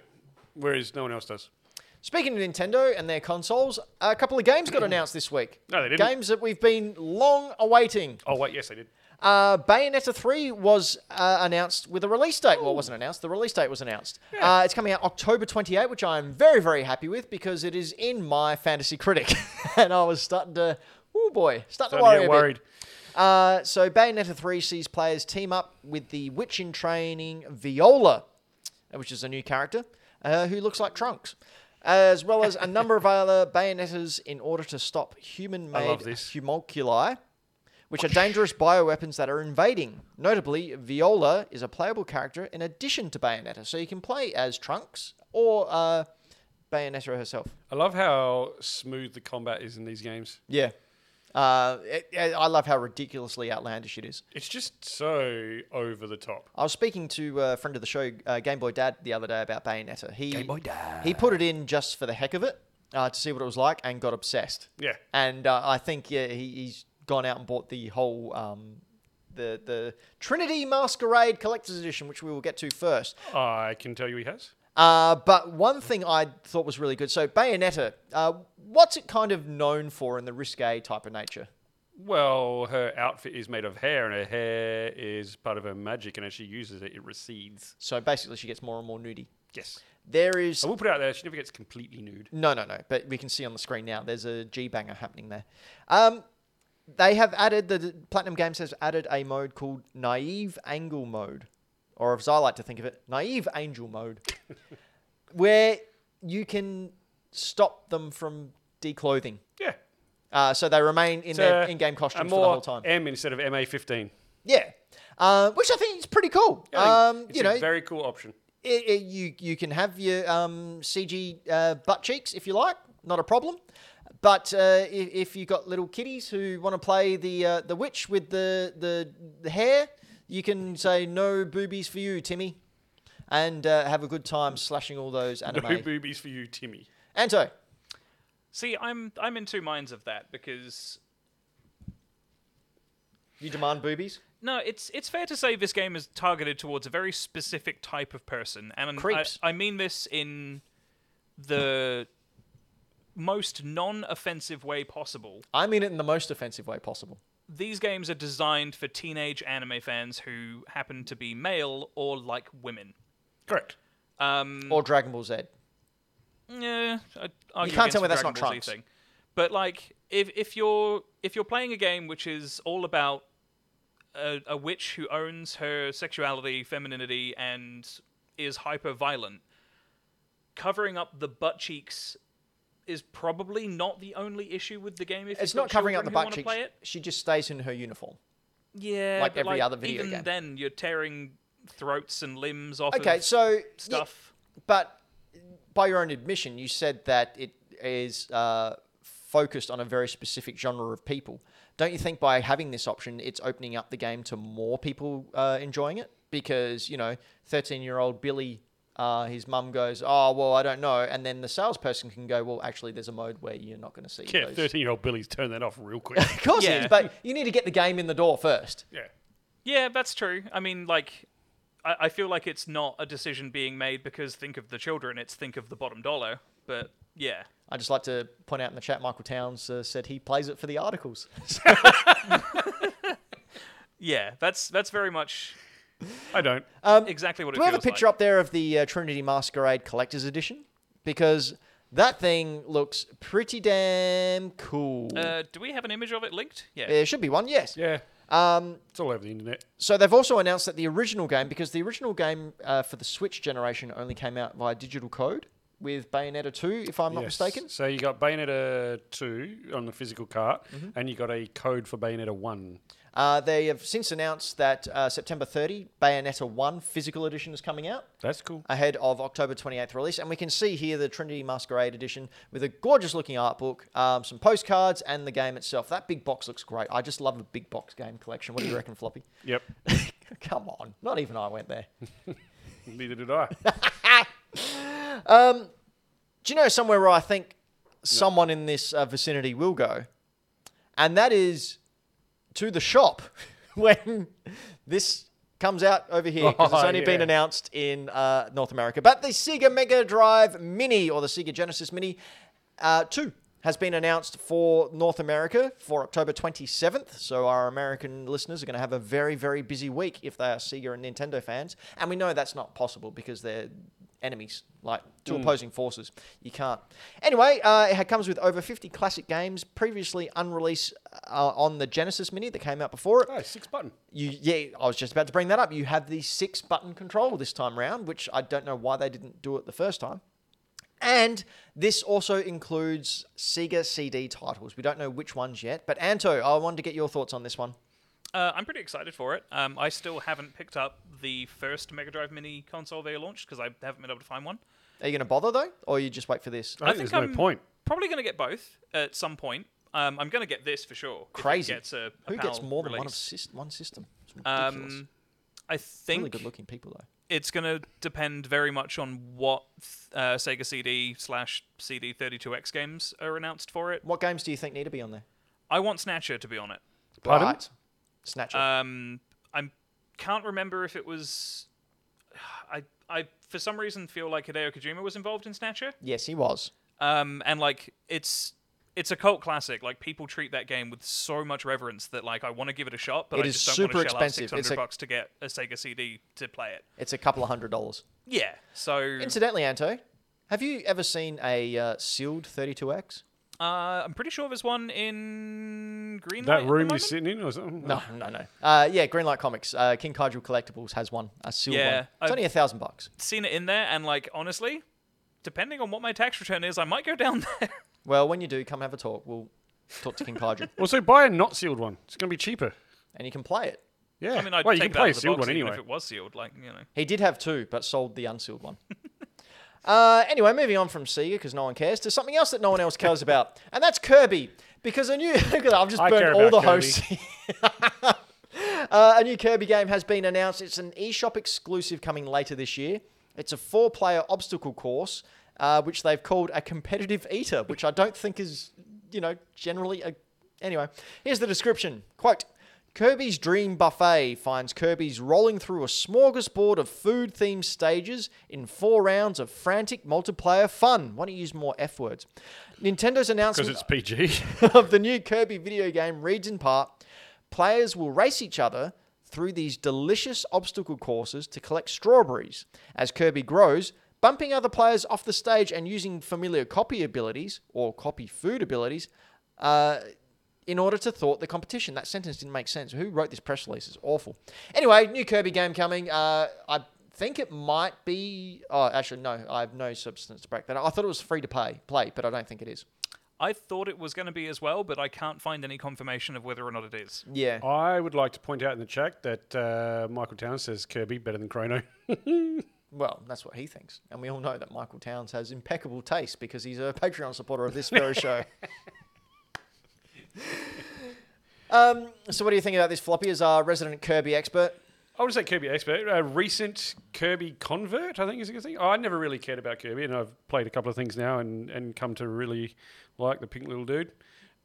Speaker 2: whereas no one else does.
Speaker 1: Speaking of Nintendo and their consoles, a couple of games got announced this week.
Speaker 2: No, they didn't.
Speaker 1: Games that we've been long awaiting.
Speaker 2: Oh wait, yes, they did.
Speaker 1: Uh, Bayonetta 3 was uh, announced with a release date. Well, it wasn't announced. The release date was announced. Uh, it's coming out October 28, which I am very, very happy with because it is in my fantasy critic. and I was starting to, oh boy, starting
Speaker 2: Don't
Speaker 1: to worry.
Speaker 2: get
Speaker 1: a bit.
Speaker 2: worried.
Speaker 1: Uh, so Bayonetta 3 sees players team up with the witch in training Viola, which is a new character, uh, who looks like Trunks, as well as a number of other Bayonettas in order to stop human-made
Speaker 2: love this.
Speaker 1: humulculi, which are dangerous bioweapons that are invading. Notably, Viola is a playable character in addition to Bayonetta, so you can play as Trunks or uh, Bayonetta herself.
Speaker 2: I love how smooth the combat is in these games.
Speaker 1: Yeah. Uh, it- it- I love how ridiculously outlandish it is.
Speaker 2: It's just so over the top.
Speaker 1: I was speaking to a friend of the show, uh, Game Boy Dad, the other day about Bayonetta. He Game Boy Dad. He put it in just for the heck of it uh, to see what it was like and got obsessed.
Speaker 2: Yeah.
Speaker 1: And uh, I think yeah, he, he's gone out and bought the whole um, the the Trinity Masquerade Collector's Edition, which we will get to first.
Speaker 2: I can tell you he has.
Speaker 1: Uh, but one thing I thought was really good. So Bayonetta, uh, what's it kind of known for in the risque type of nature?
Speaker 2: Well, her outfit is made of hair, and her hair is part of her magic. And as she uses it, it recedes.
Speaker 1: So basically, she gets more and more nudie.
Speaker 2: Yes.
Speaker 1: There is
Speaker 2: I will put it out there. She never gets completely nude.
Speaker 1: No, no, no. But we can see on the screen now. There's a G banger happening there. Um, they have added the Platinum Games has added a mode called Naive Angle Mode, or as I like to think of it, Naive Angel Mode, where you can stop them from declothing.
Speaker 2: Yeah.
Speaker 1: Uh, so they remain in
Speaker 2: It's
Speaker 1: their
Speaker 2: a-
Speaker 1: in-game
Speaker 2: a
Speaker 1: costumes for
Speaker 2: more
Speaker 1: the whole time.
Speaker 2: M instead of MA fifteen.
Speaker 1: yeah, uh, which I think is pretty cool. Um,
Speaker 2: it's
Speaker 1: you
Speaker 2: a
Speaker 1: know,
Speaker 2: very cool option.
Speaker 1: it, it, you you can have your um, CG uh, butt cheeks if you like, not a problem. But uh, if, if you've got little kiddies who want to play the uh, the witch with the, the the hair, you can say no boobies for you, Timmy, and uh, have a good time slashing all those anime.
Speaker 2: No boobies for you, Timmy.
Speaker 1: Anto,
Speaker 3: See, I'm I'm in two minds of that because
Speaker 1: you demand boobies?
Speaker 3: no, it's it's fair to say this game is targeted towards a very specific type of person, and I'm-
Speaker 1: Creeps.
Speaker 3: I, I mean this in the most non-offensive way possible.
Speaker 1: I mean it in the most offensive way possible.
Speaker 3: These games are designed for teenage anime fans who happen to be male or like women.
Speaker 2: Correct.
Speaker 3: Um,
Speaker 1: Or Dragon Ball Z.
Speaker 3: Yeah, I'd argue
Speaker 1: can't tell me
Speaker 3: against the
Speaker 1: that's not
Speaker 3: Dragon Ball Z
Speaker 1: Trunks.
Speaker 3: Thing. But like, if if you're if you're playing a game which is all about a, a witch who owns her sexuality, femininity, and is hyper violent, covering up the butt cheeks is probably not the only issue with the game. If
Speaker 1: It's
Speaker 3: you've
Speaker 1: not
Speaker 3: got
Speaker 1: covering up the
Speaker 3: children
Speaker 1: butt
Speaker 3: who wanna
Speaker 1: cheeks.
Speaker 3: Play it.
Speaker 1: She just stays in her uniform.
Speaker 3: Yeah,
Speaker 1: Like
Speaker 3: but,
Speaker 1: every other video
Speaker 3: even
Speaker 1: game.
Speaker 3: Then you're tearing throats and limbs off.
Speaker 1: Okay,
Speaker 3: of
Speaker 1: so
Speaker 3: stuff.
Speaker 1: But by your own admission, you said that it is uh, focused on a very specific genre of people. Don't you think by having this option, it's opening up the game to more people uh, enjoying it? Because, you know, 13 year old Billy, uh, his mum goes, Oh, well, I don't know. And then the salesperson can go, Well, actually, there's a mode where you're not going to see
Speaker 2: Yeah,
Speaker 1: those.
Speaker 2: thirteen-year-old Billy's turn that off real quick.
Speaker 1: Of course it
Speaker 3: Yeah.
Speaker 1: is, but you need to get the game in the door first.
Speaker 2: yeah,
Speaker 3: Yeah, that's true. I mean, like, I, I feel like it's not a decision being made because think of the children, it's think of the bottom dollar. But yeah,
Speaker 1: I just like to point out in the chat, Michael Towns uh, said he plays it for the articles.
Speaker 3: yeah, that's that's very much
Speaker 2: I don't.
Speaker 3: exactly what it
Speaker 1: Um, Do we have a
Speaker 3: feels
Speaker 1: picture
Speaker 3: like.
Speaker 1: up there of the uh, Trinity Masquerade Collector's Edition? Because that thing looks pretty damn cool.
Speaker 3: Uh, do we have an image of it linked? Yeah.
Speaker 1: there should be one, yes.
Speaker 2: yeah. Um, it's all over the internet.
Speaker 1: So they've also announced that the original game, because the original game uh, for the Switch generation only came out via digital code with Bayonetta 2, if I'm not
Speaker 2: Yes.
Speaker 1: mistaken.
Speaker 2: So you got Bayonetta two on the physical cart,
Speaker 3: Mm-hmm.
Speaker 2: and you got a code for Bayonetta one.
Speaker 1: Uh, they have since announced that uh, September 30, Bayonetta 1 physical edition is coming out.
Speaker 2: That's cool.
Speaker 1: ahead of October 28th release. And we can see here the Trinity Masquerade edition with a gorgeous looking art book, um, some postcards, and the game itself. That big box looks great. I just love a big box game collection. What do you reckon, Floppy?
Speaker 2: Yep.
Speaker 1: Come on. Not even I went there.
Speaker 2: Neither did I.
Speaker 1: Do you know somewhere where I think someone in this uh, vicinity will go? And that is to the shop when this comes out over here because it's
Speaker 2: Oh,
Speaker 1: only been
Speaker 2: yeah.
Speaker 1: announced in uh, North America. But the Sega Mega Drive Mini or the Sega Genesis Mini uh, 2 has been announced for North America for October 27th. So our American listeners are going to have a very, very busy week if they are Sega and Nintendo fans. And we know that's not possible because they're enemies, like two opposing forces. You can't. Anyway, uh, it comes with over 50 classic games previously unreleased uh, on the Genesis Mini that came out before it.
Speaker 2: oh, six button.
Speaker 1: You, yeah, I was just about to bring that up. You have the six button control this time round, which I don't know why they didn't do it the first time. And this also includes Sega CD titles. We don't know which ones yet, but Anto, I wanted to get your thoughts on this one.
Speaker 3: Uh, I'm pretty excited for it. Um, I still haven't picked up the first Mega Drive Mini console they launched because I haven't been able to find one.
Speaker 1: Are you going to bother though, or you just wait for this?
Speaker 2: I,
Speaker 3: Uh,
Speaker 2: think, there's
Speaker 3: I'm
Speaker 2: no point.
Speaker 3: Probably going to get both at some point. Um, I'm going to get this for sure. if it
Speaker 1: Crazy.
Speaker 3: gets a- a
Speaker 1: Who gets
Speaker 3: PAL
Speaker 1: more than one of
Speaker 3: release.
Speaker 1: sys- one system? It's ridiculous.
Speaker 3: Um, I think
Speaker 1: really good looking people though.
Speaker 3: it's going to depend very much on what uh, Sega CD slash CD 32X games are announced for it.
Speaker 1: What games do you think need to be on there?
Speaker 3: I want Snatcher to be on it.
Speaker 2: Pardon?
Speaker 1: Right. Snatcher.
Speaker 3: Um, I can't remember if it was. I I for some reason feel like Hideo Kojima was involved in Snatcher.
Speaker 1: yes, he was.
Speaker 3: Um, and like it's it's a cult classic. Like people treat that game with so much reverence that like I want to give it a shot, but
Speaker 1: It
Speaker 3: I
Speaker 1: is
Speaker 3: just don't
Speaker 1: super
Speaker 3: want to shell
Speaker 1: expensive.
Speaker 3: out
Speaker 1: It's
Speaker 3: 600
Speaker 1: a-
Speaker 3: bucks to get a Sega CD to play it.
Speaker 1: It's a couple of hundred dollars.
Speaker 3: Yeah. So
Speaker 1: Incidentally, Anto, have you ever seen a uh, sealed 32X?
Speaker 3: Uh, I'm pretty sure there's one in Greenlight. at
Speaker 2: That
Speaker 3: the
Speaker 2: room you're
Speaker 3: moment?
Speaker 2: sitting in, or something?
Speaker 1: No, no, no. Uh, yeah, Greenlight Comics, uh, King Kaiju Collectibles has one, a sealed
Speaker 3: Yeah,
Speaker 1: one. It's
Speaker 3: I've-
Speaker 1: only a thousand bucks.
Speaker 3: Seen it in there, and like honestly, depending on what my tax return is, I might go down there.
Speaker 1: Well, when you do, come have a talk. We'll Talk to King Kaiju.
Speaker 2: Also, buy a not sealed one. It's going to be cheaper.
Speaker 1: and you can play it.
Speaker 2: Yeah.
Speaker 3: I mean, I'd
Speaker 2: well,
Speaker 3: take
Speaker 2: you can
Speaker 3: that
Speaker 2: play
Speaker 3: out
Speaker 2: a
Speaker 3: of the
Speaker 2: sealed
Speaker 3: box
Speaker 2: one
Speaker 3: even
Speaker 2: anyway.
Speaker 3: if it was sealed. Like you know,
Speaker 1: He did have two, but sold the unsealed one. uh, anyway, moving on from Sega because no one cares to something else that no one else cares about, and that's Kirby. Because a new, I've just
Speaker 2: I care
Speaker 1: burned all the
Speaker 2: about
Speaker 1: hosts. uh, a new Kirby game has been announced. It's an eShop exclusive coming later this year. It's a four-player obstacle course, uh, which they've called a competitive eater, which I don't think is, you know, generally a. Anyway, here's the description. Quote. Kirby's Dream Buffet finds Kirby's rolling through a smorgasbord of food themed stages in four rounds of frantic multiplayer fun. Why don't you use more F words? Nintendo's
Speaker 2: Because
Speaker 1: announcement
Speaker 2: it's PG.
Speaker 1: of the new Kirby video game reads in part players will race each other through these delicious obstacle courses to collect strawberries. As Kirby grows, bumping other players off the stage and using familiar copy abilities or copy food abilities uh, in order to thwart the competition. That sentence didn't make sense. Who wrote this press release? It's awful. Anyway, new Kirby game coming. Uh, I think it might be. Oh, actually, no. I have no substance to back that. up. I thought it was free to pay, play, but I don't think it is.
Speaker 3: I thought it was going to be as well, but I can't find any confirmation of whether or not it is.
Speaker 1: Yeah.
Speaker 2: I would like to point out in the chat that uh, Michael Town says Kirby better than Chrono.
Speaker 1: Well, that's what he thinks. And we all know that Michael Towns has impeccable taste because he's a Patreon supporter of this very show. um, so, what do you think about this floppy as our resident Kirby expert?
Speaker 2: I would say Kirby expert, a recent Kirby convert, I think is a good thing. I never really cared about Kirby, and I've played a couple of things now and, and come to really like the pink little dude.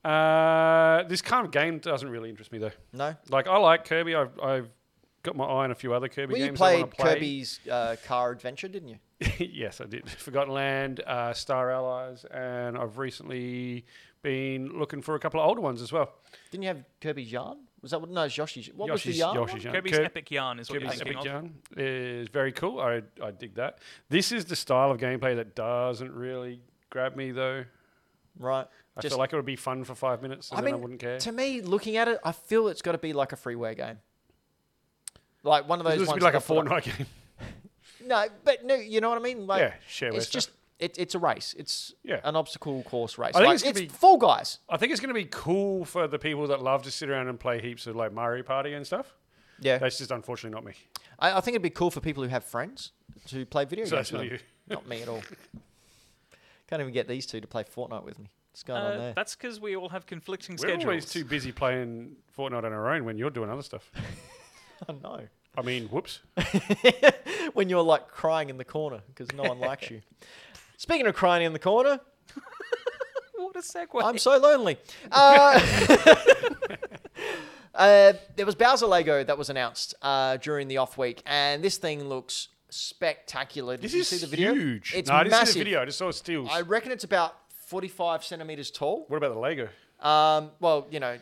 Speaker 2: Uh, this kind of game doesn't really interest me though.
Speaker 1: No?
Speaker 2: Like I like Kirby. I've, I've got my eye on a few other Kirby
Speaker 1: Well, you
Speaker 2: games. I
Speaker 1: played
Speaker 2: wanna play.
Speaker 1: Kirby's uh, car adventure, didn't you?
Speaker 2: yes, I did. Forgotten Land, uh, Star Allies, and I've recently been looking for a couple of older ones as well.
Speaker 1: Didn't you have Kirby's yarn? Was that what? No, it's Yoshi's. What was
Speaker 2: Yoshi's-
Speaker 1: the yarn? one?
Speaker 2: Yoshi's Yarn.
Speaker 3: Kirby's
Speaker 2: Kir-
Speaker 3: Epic Yarn is what
Speaker 2: Kirby's
Speaker 3: you're thinking
Speaker 2: Epic
Speaker 3: of.
Speaker 2: Yarn is very cool. I, I dig that. This is the style of gameplay that doesn't really grab me though.
Speaker 1: Right.
Speaker 2: I
Speaker 1: Just,
Speaker 2: feel like it would be fun for five minutes and
Speaker 1: I
Speaker 2: then
Speaker 1: mean,
Speaker 2: I wouldn't care.
Speaker 1: to me, looking at it, I feel it's got to be like a freeware game. Like one of those
Speaker 2: This
Speaker 1: ones.
Speaker 2: would be like
Speaker 1: that
Speaker 2: a
Speaker 1: they put up-
Speaker 2: Fortnite game.
Speaker 1: No, but no, you know what I mean. Like,
Speaker 2: Yeah, shareware
Speaker 1: It's
Speaker 2: stuff.
Speaker 1: just it, it's a race. It's
Speaker 2: Yeah.
Speaker 1: an obstacle course race.
Speaker 2: I think
Speaker 1: Like,
Speaker 2: it's
Speaker 1: it's
Speaker 2: gonna be-
Speaker 1: Fall Guys.
Speaker 2: I think it's going to be cool for the people that love to sit around and play heaps of like Mario Party and stuff.
Speaker 1: Yeah,
Speaker 2: That's just unfortunately not me.
Speaker 1: I, I think it'd be cool for people who have friends to play video
Speaker 2: So
Speaker 1: games.
Speaker 2: that's
Speaker 1: With
Speaker 2: not
Speaker 1: them.
Speaker 2: you.
Speaker 1: Not me at all. Can't even get these two to play Fortnite with me. What's going on
Speaker 3: Uh,
Speaker 1: there?
Speaker 3: that's because we all have conflicting
Speaker 2: We're
Speaker 3: schedules.
Speaker 2: always too busy playing Fortnite on our own when you're doing other stuff.
Speaker 1: I know.
Speaker 2: I mean, whoops.
Speaker 1: when you're like crying in the corner because no one likes you. Speaking of crying in the corner,
Speaker 3: what a segue.
Speaker 1: I'm so lonely. Uh, uh, there was Bowser Lego that was announced uh, during the off week, and this thing looks spectacular. Did
Speaker 2: This
Speaker 1: you
Speaker 2: is
Speaker 1: see the video?
Speaker 2: huge.
Speaker 1: It's
Speaker 2: no, I didn't
Speaker 1: massive.
Speaker 2: see the video. I just saw stills.
Speaker 1: I reckon it's about 45 centimeters tall.
Speaker 2: What about the Lego?
Speaker 1: Um, well, you know,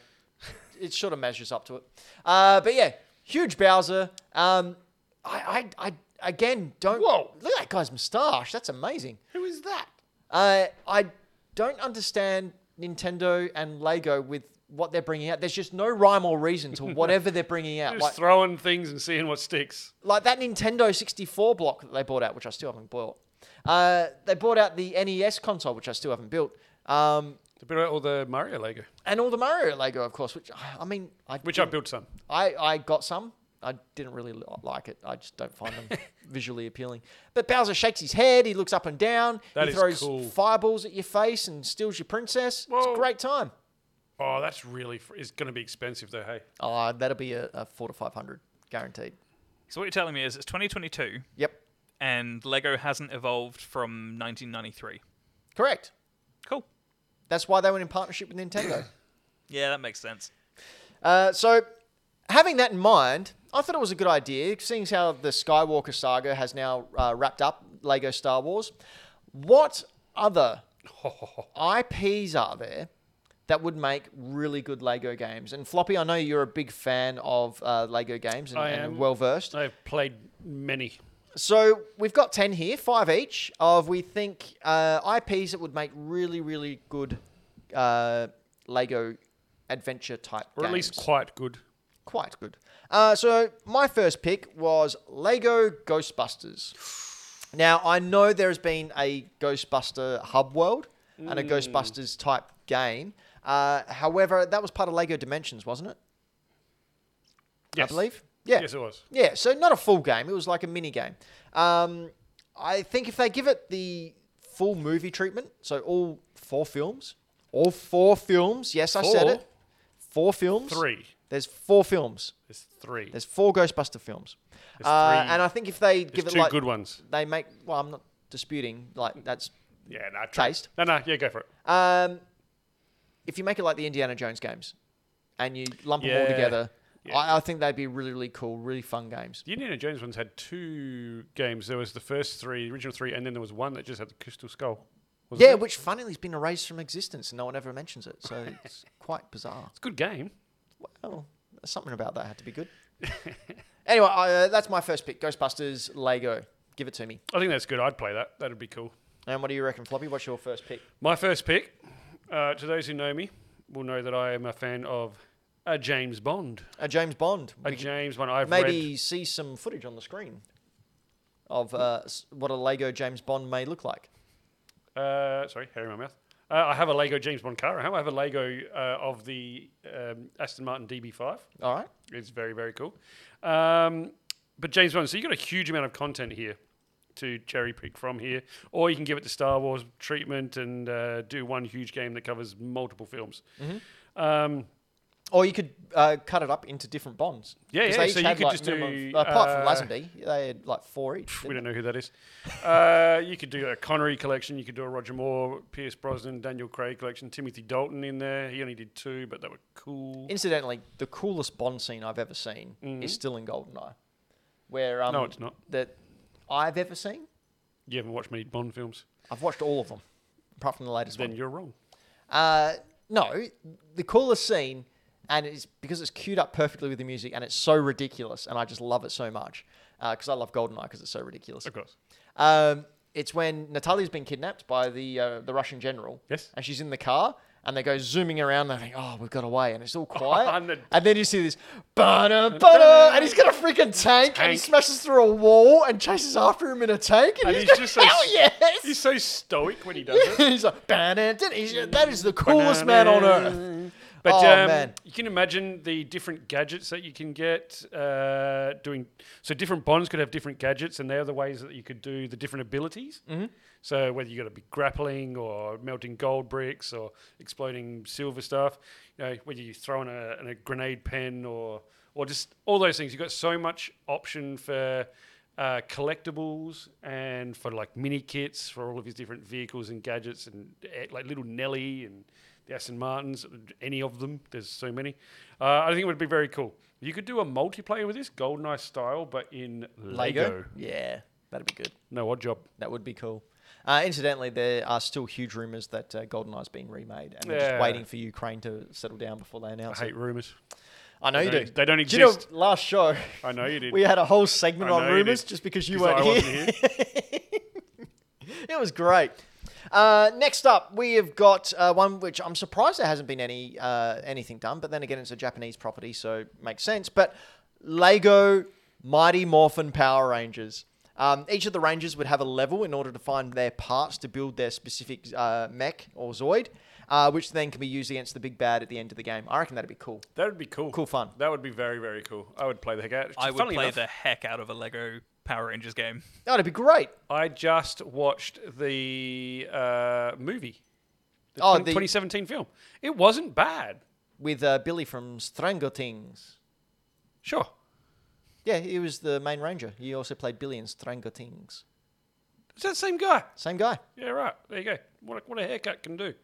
Speaker 1: it sort of measures up to it. Uh, but yeah, huge Bowser. Um, I, I, I, again, don't.
Speaker 2: Whoa.
Speaker 1: Look at that guy's moustache. That's amazing.
Speaker 2: Who is that?
Speaker 1: Uh, I don't understand Nintendo and Lego with what they're bringing out. There's just no rhyme or reason to whatever they're bringing out.
Speaker 2: Just
Speaker 1: Like,
Speaker 2: throwing things and seeing what sticks.
Speaker 1: like that Nintendo 64 block that they bought out, which I still haven't bought. Uh, they bought out the NES console, which I still haven't built. Um,
Speaker 2: To build out all the Mario Lego,
Speaker 1: and all the Mario Lego, of course, which I mean, I
Speaker 2: which I
Speaker 1: didn't-
Speaker 2: built some.
Speaker 1: I, I got some. I didn't really li- like it. I just don't find them visually appealing. But Bowser shakes his head. He looks up and down.
Speaker 2: That
Speaker 1: he
Speaker 2: is
Speaker 1: throws
Speaker 2: cool.
Speaker 1: fireballs at your face and steals your princess. It's a
Speaker 2: Whoa.
Speaker 1: great time.
Speaker 2: Oh, that's really fr- it's going to be expensive though. Hey,
Speaker 1: Oh, that'll be a, a four to five hundred guaranteed.
Speaker 3: so what you're telling me is it's 2022
Speaker 1: Yep,
Speaker 3: and Lego hasn't evolved from 1993.
Speaker 1: correct.
Speaker 3: Cool.
Speaker 1: That's why they went in partnership with Nintendo.
Speaker 3: Yeah, that makes sense.
Speaker 1: Uh, so, having that in mind, I thought it was a good idea, seeing as how the Skywalker saga has now uh, wrapped up Lego Star Wars. What other IPs are there that would make really good Lego games? And Floppy, I know you're a big fan of uh, Lego games and,
Speaker 2: I
Speaker 1: and
Speaker 2: am.
Speaker 1: well versed.
Speaker 2: I've played many.
Speaker 1: So we've got 10 here, five each, of we think uh, IPs that would make really, really good uh, Lego adventure type
Speaker 2: or at least
Speaker 1: games.
Speaker 2: quite good.
Speaker 1: quite good. Uh, so my first pick was Lego Ghostbusters. Now I
Speaker 2: Hmm.
Speaker 1: know there has been a Ghostbuster hub world and a Ghostbusters type game. Uh, however, that was part of Lego Dimensions, wasn't it?
Speaker 2: Yes.
Speaker 1: I believe. Yeah.
Speaker 2: Yes, it was.
Speaker 1: Yeah, so not a full game. It was like a mini game. Um, I think if they give it the full movie treatment, so all four films, all four films. Yes, I said
Speaker 2: Four?
Speaker 1: it. Four films.
Speaker 2: Three.
Speaker 1: There's four films.
Speaker 2: There's three. There's,
Speaker 1: There's four Ghostbuster films. Uh,
Speaker 2: three.
Speaker 1: and I think if they give it
Speaker 2: two
Speaker 1: like
Speaker 2: good ones.
Speaker 1: they make, well, I'm not disputing. Like that's
Speaker 2: Yeah, no, true.
Speaker 1: taste.
Speaker 2: No, no, yeah, go for it.
Speaker 1: Um, if you make it like the Indiana Jones games, and you lump them all
Speaker 2: Yeah.
Speaker 1: together,
Speaker 2: Yeah.
Speaker 1: I, I think they'd be really, really cool, really fun games.
Speaker 2: The Indiana Jones ones had two games. There was the first three, the original three, and then there was one that just had the crystal skull. wasn't
Speaker 1: Yeah,
Speaker 2: it?
Speaker 1: which funnily has been erased from existence and no one ever mentions it. So it's quite bizarre.
Speaker 2: it's a good game.
Speaker 1: Well, something about that had to be good. anyway, I, uh, that's my first pick Ghostbusters, Lego. Give it to me.
Speaker 2: I think that's good. I'd play that. That'd be cool.
Speaker 1: And what do you reckon, Floppy? What's your first pick?
Speaker 2: My first pick, uh, to those who know me, will know that I am a fan of a James Bond.
Speaker 1: A Uh, James Bond.
Speaker 2: A
Speaker 1: We could
Speaker 2: James Bond. I've
Speaker 1: maybe
Speaker 2: read.
Speaker 1: see some footage on the screen of uh, s- what a Lego James Bond may look like.
Speaker 2: Uh, sorry, hair in my mouth. Uh, I have a Lego James Bond car. I have a Lego uh, of the um, Aston Martin DB5.
Speaker 1: All right.
Speaker 2: It's very, very cool. Um, but James Bond, so you've got a huge amount of content here to cherry pick from here, or you can give it the Star Wars treatment and uh, do one huge game that covers multiple films. Um,
Speaker 1: Mm-hmm. Or you could uh, cut it up into different bonds.
Speaker 2: Yeah,
Speaker 1: 'Cause
Speaker 2: yeah,
Speaker 1: They each
Speaker 2: so you
Speaker 1: had,
Speaker 2: could
Speaker 1: like,
Speaker 2: just do,
Speaker 1: minimum- apart
Speaker 2: uh,
Speaker 1: from Lazenby, they had like four each.
Speaker 2: we
Speaker 1: didn't
Speaker 2: don't know who that is. Uh, you could do a Connery collection. You could do a Roger Moore, Pierce Brosnan, Daniel Craig collection. Timothy Dalton in there. He only did two, but they were cool.
Speaker 1: Incidentally, the coolest Bond scene I've ever seen is still in Goldeneye, where um,
Speaker 2: Mm-hmm. No, it's not.
Speaker 1: that I've ever seen.
Speaker 2: You haven't watched many Bond films?
Speaker 1: I've watched all of them, apart from the latest
Speaker 2: Then
Speaker 1: one.
Speaker 2: you're wrong.
Speaker 1: Uh, no, the coolest scene, and it's because it's queued up perfectly with the music, and it's so ridiculous, and I just love it so much because I love Goldeneye because it's so ridiculous.
Speaker 2: Of course.
Speaker 1: Um, it's when Natalia's been kidnapped by the uh, the Russian general.
Speaker 2: Yes.
Speaker 1: And she's in the car, and they go zooming around. And they think, "Oh, we've got away," and it's all quiet.
Speaker 2: And
Speaker 1: and,
Speaker 2: the-
Speaker 1: then you see this, ba-da, ba-da, and he's got a freaking tank, and he
Speaker 2: Tank.
Speaker 1: smashes through a wall and chases after him in a tank, and,
Speaker 2: And
Speaker 1: he's,
Speaker 2: he's
Speaker 1: just
Speaker 2: just
Speaker 1: like,
Speaker 2: so-
Speaker 1: "Hell yes!"
Speaker 2: He's so stoic when he does it.
Speaker 1: he's like, "Ba-da, da-da." He's- "That is the coolest man on earth."
Speaker 2: But
Speaker 1: Oh,
Speaker 2: um,
Speaker 1: man.
Speaker 2: you can imagine the different gadgets that you can get uh, doing. So different bonds could have different gadgets, and they're the ways that you could do the different abilities. Mm-hmm. So whether you got to be grappling or melting gold bricks or exploding silver stuff, you know, whether you're throwing a, an- a grenade pen or or just all those things. You've got so much option for. Uh, collectibles and for like mini kits for all of his different vehicles and gadgets and eh, like little Nelly and the Aston Martins, any of them. There's so many. Uh, I think it would be very cool. You could do a multiplayer with this, GoldenEye style, but in Lego.
Speaker 1: Yeah, that'd be good.
Speaker 2: No odd job.
Speaker 1: That would be cool. Uh, incidentally, there are still huge rumors that uh, GoldenEye's been remade, and they're just
Speaker 2: Yeah.
Speaker 1: waiting for Ukraine to settle down before they
Speaker 2: I
Speaker 1: announce it.
Speaker 2: hate rumors.
Speaker 1: I know
Speaker 2: They
Speaker 1: you
Speaker 2: don't-
Speaker 1: do.
Speaker 2: they don't
Speaker 1: Do you know,
Speaker 2: exist.
Speaker 1: last show,
Speaker 2: I know you did.
Speaker 1: we had a whole segment
Speaker 2: I
Speaker 1: on
Speaker 2: know you
Speaker 1: rumors
Speaker 2: did.
Speaker 1: just because you
Speaker 2: Because
Speaker 1: weren't
Speaker 2: I
Speaker 1: here.
Speaker 2: wasn't here.
Speaker 1: It was great. Uh, next up, we have got uh, one which I'm surprised there hasn't been any uh, anything done, but then again, it's a Japanese property, so it makes sense. But Lego Mighty Morphin Power Rangers. Um, each of the Rangers would have a level in order to find their parts to build their specific uh, mech or Zoid, uh, which then can be used against the big bad at the end of the game. I reckon that'd be cool.
Speaker 2: That would be cool.
Speaker 1: Cool fun.
Speaker 2: That would be very, very cool. I would play the heck out.
Speaker 3: I would
Speaker 2: Funnily
Speaker 3: play
Speaker 2: enough,
Speaker 3: the heck out of a Lego Power Rangers game.
Speaker 1: That'd be great.
Speaker 2: I just watched the uh, movie. The,
Speaker 1: Oh,
Speaker 2: 20-
Speaker 1: the-
Speaker 2: 2017 film. It wasn't bad.
Speaker 1: with uh, Billy from Strangle Things.
Speaker 2: Sure.
Speaker 1: Yeah, he was the main ranger. He also played Billy in Strangle Things.
Speaker 2: It's that same guy.
Speaker 1: Same guy.
Speaker 2: Yeah, right. There you go. What a, what a haircut can do.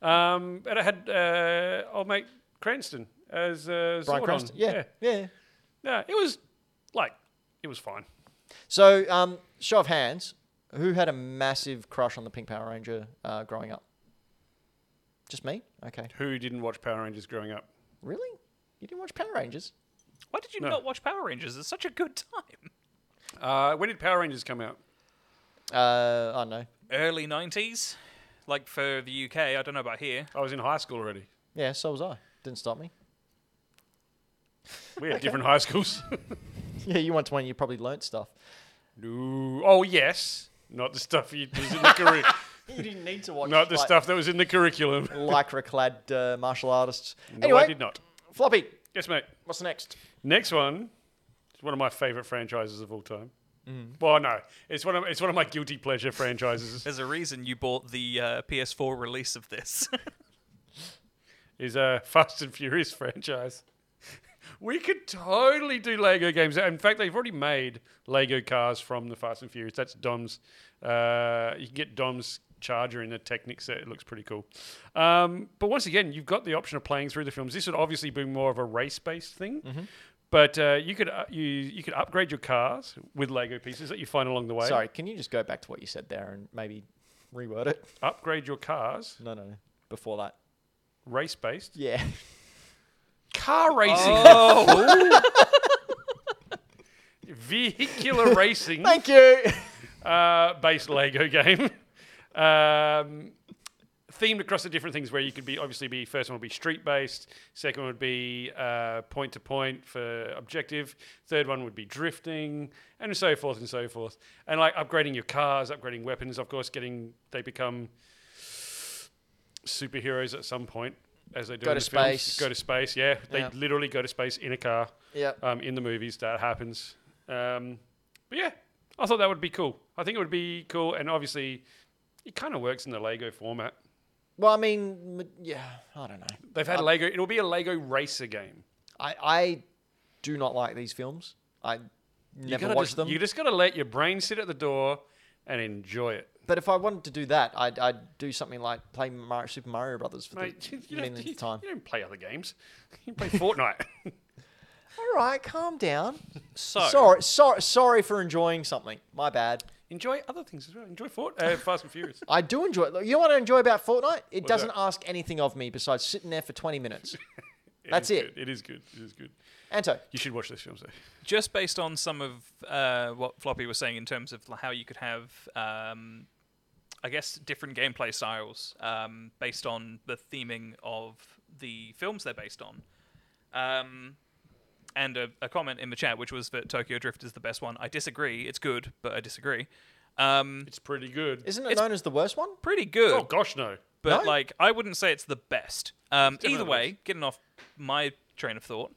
Speaker 2: Um, and I had uh, old mate Cranston as uh,
Speaker 1: Brian
Speaker 2: Zordon.
Speaker 1: Cranston. Yeah, yeah.
Speaker 2: No, it was like it was fine.
Speaker 1: So, um, show of hands, who had a massive crush on the Pink Power Ranger uh, growing up? Just me? Okay.
Speaker 2: Who didn't watch Power Rangers growing up?
Speaker 1: Really? You didn't watch Power Rangers?
Speaker 3: Why did you
Speaker 2: No.
Speaker 3: not watch Power Rangers? It's such a good time.
Speaker 2: Uh, when did Power Rangers come out?
Speaker 1: Uh, I don't know.
Speaker 3: Early 90s, like for the UK. I don't know about here.
Speaker 2: I was in high school already.
Speaker 1: Yeah, so was I. Didn't stop me.
Speaker 2: We had different high schools.
Speaker 1: Yeah, you went to one, you probably learnt stuff.
Speaker 2: no. Oh yes, not the stuff you did in the career.
Speaker 1: you didn't need to watch
Speaker 2: Not the
Speaker 1: like,
Speaker 2: stuff that was in the curriculum.
Speaker 1: lycra clad uh, martial artists.
Speaker 2: No,
Speaker 1: anyway,
Speaker 2: I did not.
Speaker 1: Floppy,
Speaker 2: Yes, mate.
Speaker 1: what's next?
Speaker 2: Next one is one of my favorite franchises of all time. Well, no, it's one of it's one of my guilty pleasure franchises.
Speaker 3: There's a reason you bought the uh, PS4 release of this.
Speaker 2: is a Fast and Furious franchise. We could totally do Lego games. In fact, they've already made Lego cars from the Fast and Furious. That's Dom's. Uh, you can get Dom's Charger in a Technic set. It looks pretty cool. Um, but once again, you've got the option of playing through the films. This would obviously be more of a race-based thing. But uh, you could uh, you you could upgrade your cars with Lego pieces that you find along the way.
Speaker 1: Sorry, can you just go back to what you said there and maybe reword it?
Speaker 2: Upgrade your cars
Speaker 1: No, no, no. Before that.
Speaker 2: race based.
Speaker 1: Yeah.
Speaker 2: Car racing.
Speaker 3: oh,
Speaker 2: Vehicular racing.
Speaker 1: Thank you.
Speaker 2: uh, based Lego game. Um, themed across the different things where you could be obviously be first one would be street based, second one would be uh, point to point for objective, third one would be drifting, and so forth and so forth. And like upgrading your cars, upgrading weapons, of course, getting they become superheroes at some point as they do
Speaker 1: Go
Speaker 2: in
Speaker 1: to
Speaker 2: the films.
Speaker 1: space.
Speaker 2: Go to space, yeah. They
Speaker 1: Yeah.
Speaker 2: literally go to space in a car
Speaker 1: yeah.
Speaker 2: um, in the movies that happens. Um, but yeah, I thought that would be cool. I think it would be cool, and obviously, it kind of works in the Lego format.
Speaker 1: Well, I mean, m- yeah, I don't know.
Speaker 2: They've had Lego. It'll be a Lego racer game.
Speaker 1: I, I do not like these films. I never watch
Speaker 2: just,
Speaker 1: them.
Speaker 2: You just gotta let your brain sit at the door and enjoy it.
Speaker 1: But if I wanted to do that, I'd, I'd do something like play Mario, Super Mario Brothers for
Speaker 2: Mate,
Speaker 1: the
Speaker 2: you, don't,
Speaker 1: millionth
Speaker 2: you,
Speaker 1: time.
Speaker 2: you don't play other games. You play Fortnite.
Speaker 1: All right, calm down.
Speaker 3: so
Speaker 1: Sorry, sorry, sorry for enjoying something. My bad.
Speaker 2: enjoy other things as well. Enjoy Fort, uh, Fast and Furious.
Speaker 1: I do enjoy it. You know what I enjoy about Fortnite? It
Speaker 2: What's
Speaker 1: doesn't
Speaker 2: that?
Speaker 1: ask anything of me besides sitting there for 20 minutes.
Speaker 2: It
Speaker 1: That's
Speaker 2: is
Speaker 1: it.
Speaker 2: good. It is good. It is good.
Speaker 1: Anto,
Speaker 2: You should watch those films though.
Speaker 3: just based on some of uh, what Floppy was saying in terms of how you could have, um, I guess, different gameplay styles um, based on the theming of the films they're based on. Um, and a, a comment in the chat, which was that Tokyo Drift is the best one. I disagree. It's good, but I disagree. Um,
Speaker 2: It's pretty good.
Speaker 1: isn't it
Speaker 3: It's-
Speaker 1: known as the worst one?
Speaker 3: pretty good
Speaker 2: oh gosh, no.
Speaker 1: No?
Speaker 3: but like I wouldn't say it's the best. Um,
Speaker 2: definitely
Speaker 3: either
Speaker 2: the
Speaker 3: way, getting off my train of thought,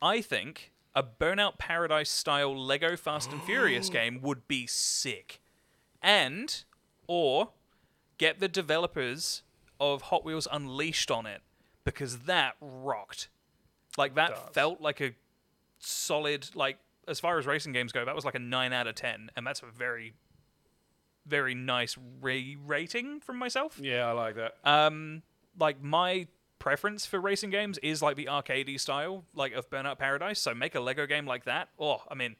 Speaker 3: I think a Burnout Paradise style Lego Fast and Furious game would be sick, and or get the developers of Hot Wheels Unleashed on it because that rocked. Like that
Speaker 2: does.
Speaker 3: felt like a solid like as far as racing games go, that was like a nine out of ten, and that's a very very nice re-rating from myself.
Speaker 2: Yeah, I like that.
Speaker 1: Uh,
Speaker 3: Um, like my preference for racing games is like the arcadey style, like of Burnout Paradise. So make a Lego game like that. Oh, I mean,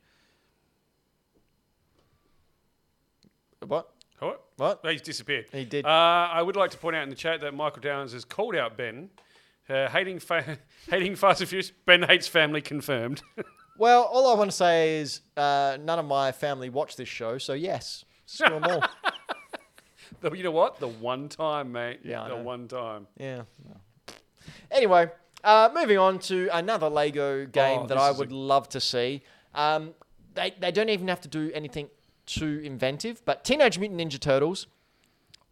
Speaker 1: What?
Speaker 2: What?
Speaker 1: What?
Speaker 2: No, he's disappeared.
Speaker 1: He did.
Speaker 2: Uh, I would like to point out in the chat that Michael Downs has called out Ben, uh, hating fa- hating Fast and Furious. Ben hates family confirmed.
Speaker 1: Well, all I want to say is uh, none of my family watch this show, so yes, screw 'em all.
Speaker 2: The- you know what? The one time, mate.
Speaker 1: Yeah, I
Speaker 2: the
Speaker 1: know.
Speaker 2: one time.
Speaker 1: Yeah. Anyway, uh, moving on to another Lego game
Speaker 2: Oh,
Speaker 1: that
Speaker 2: this
Speaker 1: I
Speaker 2: is a-
Speaker 1: would love to see. Um, they, they don't even have to do anything too inventive, but Teenage Mutant Ninja Turtles.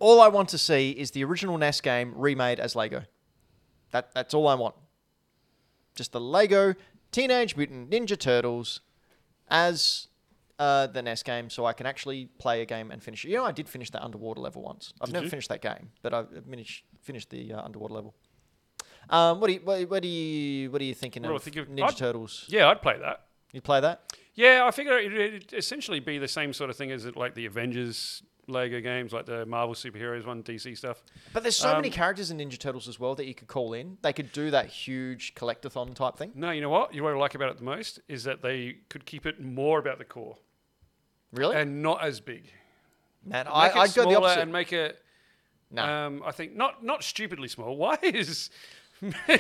Speaker 1: All I want to see is the original NES game remade as Lego. That that's all I want. Just the Lego Teenage Mutant Ninja Turtles as uh, the NES game, so I can actually play a game and finish it. You know, I did finish that underwater level once. I've
Speaker 2: Did
Speaker 1: never
Speaker 2: you?
Speaker 1: finished that game, but I've managed, finished the uh, underwater level. Um, what do you what, what do you what are you thinking
Speaker 2: Well, I
Speaker 1: of
Speaker 2: think of-
Speaker 1: Ninja
Speaker 2: I'd-
Speaker 1: Turtles?
Speaker 2: Yeah, I'd play that.
Speaker 1: You play that?
Speaker 2: Yeah, I figure it would essentially be the same sort of thing as it, like the Avengers Lego games, like the Marvel superheroes one, DC stuff.
Speaker 1: But there's so many
Speaker 2: Um,
Speaker 1: characters in Ninja Turtles as well that you could call in. They could do that huge collectathon type thing.
Speaker 2: No, you know what? You what I like about it the most is that they could keep it more about the core
Speaker 1: Really?
Speaker 2: and not as big.
Speaker 1: Man,
Speaker 2: Make it
Speaker 1: I, I'd go the
Speaker 2: smaller
Speaker 1: opposite.
Speaker 2: and make it
Speaker 1: no.
Speaker 2: Um, I think not not stupidly small. Why is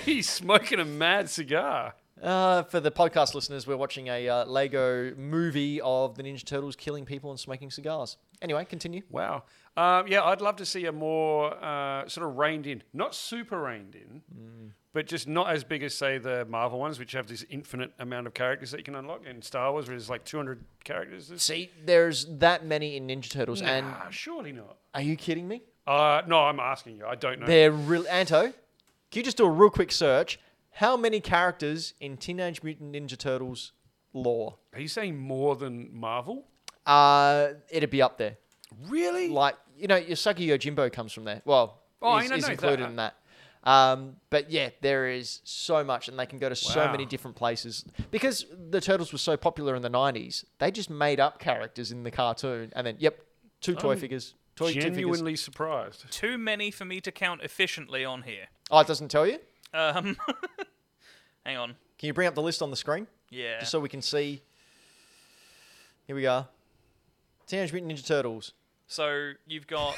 Speaker 2: he's smoking a mad cigar?
Speaker 1: Uh, for the podcast listeners, we're watching a uh, Lego movie of the Ninja Turtles killing people and smoking cigars. Anyway, continue.
Speaker 2: Wow. Um, yeah, I'd love to see a more uh, sort of reined in, not super reined in,
Speaker 1: Mm.
Speaker 2: but just not as big as say the Marvel ones, which have this infinite amount of characters that you can unlock, and Star Wars, where there's like 200 characters. There's-
Speaker 1: See, there's that many in Ninja Turtles, and
Speaker 2: Nah, surely not.
Speaker 1: are you kidding me?
Speaker 2: Uh, no, I'm asking you. I don't know.
Speaker 1: They're real. Anto, can you just do a real quick search? How many characters in Teenage Mutant Ninja Turtles lore?
Speaker 2: Are you saying more than Marvel?
Speaker 1: Uh, it'd be up there.
Speaker 2: Really?
Speaker 1: Like you know, Yosaki Yojimbo comes from there. Well,
Speaker 2: Oh, I
Speaker 1: is,
Speaker 2: know
Speaker 1: is
Speaker 2: that.
Speaker 1: included in that. Um, but yeah, there is so much, and they can go to so
Speaker 2: Wow.
Speaker 1: many different places because the turtles were so popular in the '90s. They just made up characters in the cartoon, and then yep, two toy
Speaker 2: I'm
Speaker 1: figures, toy two figures.
Speaker 2: Oh, Genuinely surprised.
Speaker 3: Too many for me to count efficiently on here.
Speaker 1: Oh, it doesn't tell you.
Speaker 3: Um, hang on.
Speaker 1: Can you bring up the list on the screen?
Speaker 3: Yeah.
Speaker 1: just so we can see. Here we are. Teenage Mutant Ninja Turtles.
Speaker 3: So you've got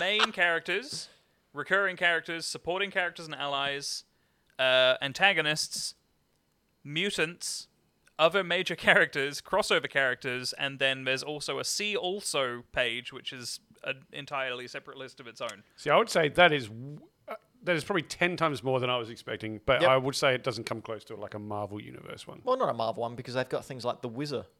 Speaker 3: main characters, recurring characters, supporting characters and allies, uh, antagonists, mutants, other major characters, crossover characters, and then there's also a see also page, which is an entirely separate list of its own.
Speaker 2: See, I would say that is w- uh, that is probably ten times more than I was expecting, but
Speaker 1: Yep.
Speaker 2: I would say it doesn't come close to like a Marvel universe one.
Speaker 1: Well, not a Marvel one because they've got things like the Wizard.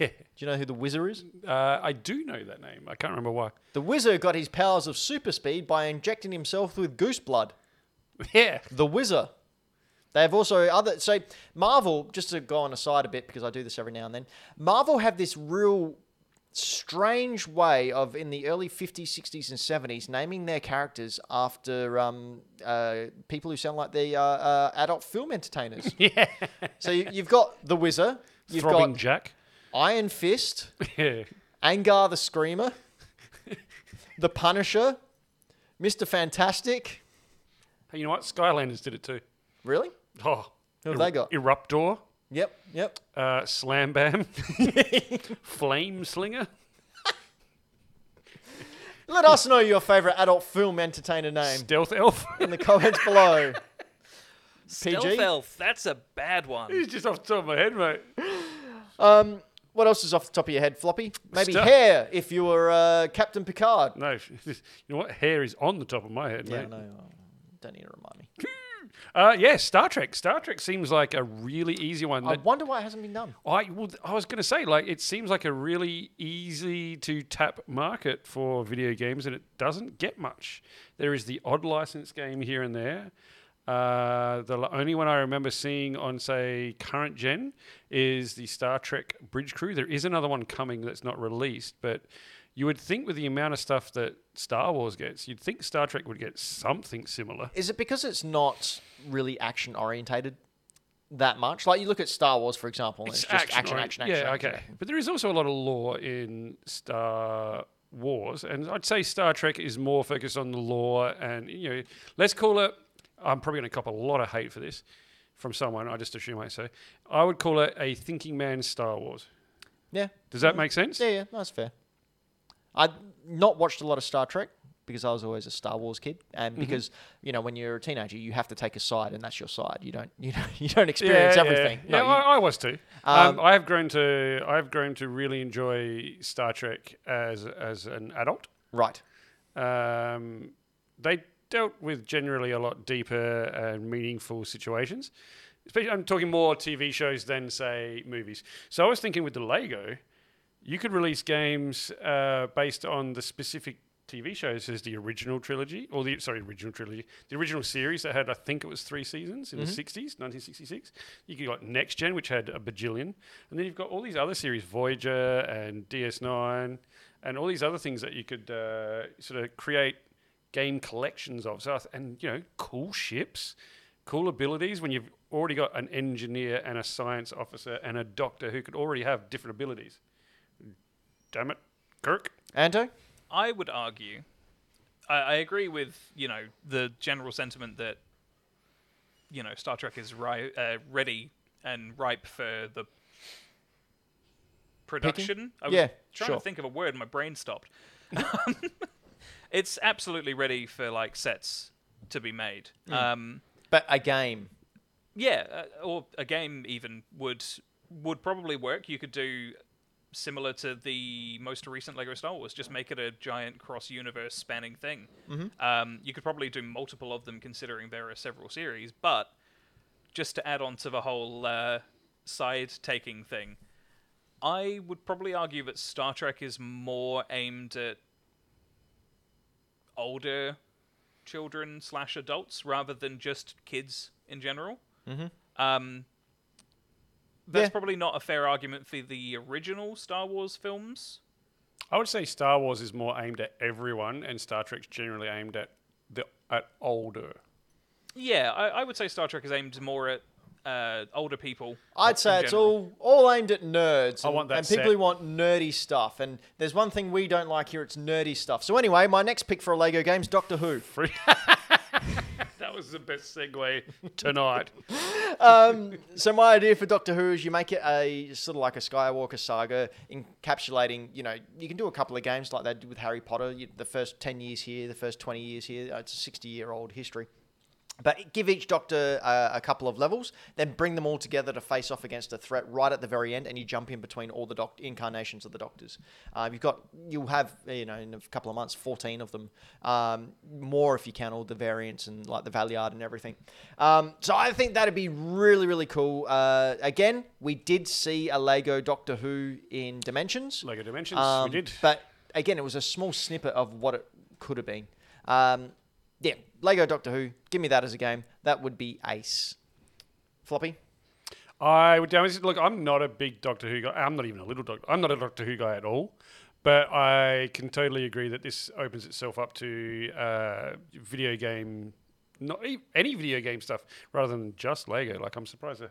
Speaker 2: Yeah,
Speaker 1: Do you know who the Wizard is?
Speaker 2: uh, I do know that name. I can't remember why.
Speaker 1: The Wizard got his powers of super speed by injecting himself with goose blood.
Speaker 2: Yeah,
Speaker 1: The Wizard. They have also other. So, Marvel, just to go on aside a bit because I do this every now and then, Marvel have this real strange way of, in the early 50s, 60s, and 70s, naming their characters after um, uh, people who sound like they are uh, adult film entertainers.
Speaker 2: yeah.
Speaker 1: So you, you've got the Wizard, you've
Speaker 2: Throbbing
Speaker 1: got
Speaker 2: Jack.
Speaker 1: Iron Fist,
Speaker 2: Yeah,
Speaker 1: Angar the Screamer, the Punisher, Mister Fantastic.
Speaker 2: Hey, you know what? Skylanders did it too.
Speaker 1: Really?
Speaker 2: Oh,
Speaker 1: Who have they got?
Speaker 2: Eruptor,
Speaker 1: Yep, yep.
Speaker 2: uh, Slam Bam, Flame Slinger.
Speaker 1: Let us know your favorite adult film entertainer name
Speaker 2: Stealth Elf.
Speaker 1: in the comments below.
Speaker 3: Stealth Elf, that's a bad one.
Speaker 2: He's just off the top of my head, mate.
Speaker 1: Um, what else is off the top of your head, Floppy? Maybe
Speaker 2: Stuff.
Speaker 1: hair if you were uh, Captain Picard.
Speaker 2: No, you know what? Hair is on the top of my head,
Speaker 1: Yeah,
Speaker 2: mate.
Speaker 1: no, uh, don't need to remind me.
Speaker 2: Uh, yeah, Star Trek. Star Trek seems like a really easy one.
Speaker 1: I
Speaker 2: that-
Speaker 1: wonder why it hasn't been done.
Speaker 2: I well, th- I was going to say like it seems like a really easy to tap market for video games, and it doesn't get much. There is the odd license game here and there. Uh, the l- only one I remember seeing on say current gen is the Star Trek Bridge Crew. There is another one coming that's not released, but you would think with the amount of stuff that Star Wars gets, you'd think Star Trek would get something similar.
Speaker 1: Is it because it's not really action orientated that much? Like you look at Star Wars, for example, and it's, just action, action,
Speaker 2: right?
Speaker 1: action, action.
Speaker 2: Yeah,
Speaker 1: action,
Speaker 2: okay.
Speaker 1: action.
Speaker 2: But there is also a lot of lore in Star Wars, and I'd say Star Trek is more focused on the lore, and you know, let's call it. I'm probably going to cop a lot of hate for this from someone. I just assume I say I would call it a thinking man's Star Wars.
Speaker 1: Yeah,
Speaker 2: Does that make sense?
Speaker 1: yeah, yeah. no, That's fair. I not watched a lot of Star Trek because I was always a Star Wars kid, and
Speaker 2: Mm-hmm.
Speaker 1: because you know when you're a teenager, you have to take a side, and that's your side. You don't, you don't, you don't experience everything.
Speaker 2: Yeah,
Speaker 1: No, you-
Speaker 2: I, I was too. Um, I have grown to I have grown to really enjoy Star Trek as as an adult.
Speaker 1: right.
Speaker 2: um, they dealt with generally a lot deeper and meaningful situations. Especially- I'm talking more TV shows than say movies. So I was thinking with the Lego, you could release games uh, based on the specific TV shows as the original trilogy, or the sorry, original trilogy, the original series that had I think it was three seasons in the 60s, 1966. You could got Next Gen, which had a bajillion, and then you've got all these other series, Voyager and DS9, and all these other things that you could uh, sort of create game collections of. So I th- and you know, cool ships, cool abilities when you've already got an engineer and a science officer and a doctor who could already have different abilities damn it, Kirk.
Speaker 1: Anto,
Speaker 3: I would argue, I, I agree with you know the general sentiment that you know Star Trek is ri- uh, ready and ripe for the production. I was
Speaker 1: Yeah,
Speaker 3: trying
Speaker 1: sure.
Speaker 3: to think of a word, my brain stopped. it's
Speaker 1: Mm.
Speaker 3: absolutely ready for like sets to be made. Um,
Speaker 1: but a game.
Speaker 3: yeah, uh, or a game even would would probably work. You could do similar to the most recent Lego Star Wars, just make it a giant cross universe spanning thing. Um, you could probably do multiple of them, considering there are several series. But just to add on to the whole uh, side taking thing, I would probably argue that Star Trek is more aimed at older children slash adults rather than just kids in general. Mm-hmm. Um, that's
Speaker 1: Yeah.
Speaker 3: probably not a fair argument for the original Star Wars films.
Speaker 2: I would say Star Wars is more aimed at everyone, and Star Trek's generally aimed at the at older.
Speaker 3: Yeah, I, I would say Star Trek is aimed more at uh, older people.
Speaker 1: I'd say
Speaker 3: in
Speaker 1: it's
Speaker 3: general.
Speaker 1: all all aimed at nerds. And,
Speaker 2: want that
Speaker 1: and people
Speaker 2: set.
Speaker 1: who want nerdy stuff. And there's one thing we don't like here, it's nerdy stuff. So anyway, my next pick for a Lego game's Doctor Who.
Speaker 2: That was the best segue tonight.
Speaker 1: So my idea for Doctor Who is you make it a sort of like a Skywalker saga, encapsulating. You know, you can do a couple of games like they did with Harry Potter. You, the first ten years here, the first twenty years here. uh, It's a sixty-year-old history. But give each doctor uh, a couple of levels, then bring them all together to face off against a threat right at the very end, and you jump in between all the doc- incarnations of the doctors. Uh, you've got, you'll have, you know, in a couple of months, fourteen of them, um, more if you count all the variants and like the Valiard and everything. Um, so I think that'd be really, really cool. Uh, again, we did see a Lego Doctor Who in Dimensions.
Speaker 2: Lego Dimensions,
Speaker 1: Um,
Speaker 2: we did.
Speaker 1: But again, it was a small snippet of what it could have been. Um, yeah, Lego Doctor Who. Give me that as a game. That would be ace. Floppy.
Speaker 2: I would down. Look, I'm not a big Doctor Who guy. I'm not even a little Doctor. I'm not a Doctor Who guy at all. But I can totally agree that this opens itself up to uh, video game, not e- any video game stuff, rather than just Lego. Like I'm surprised. There,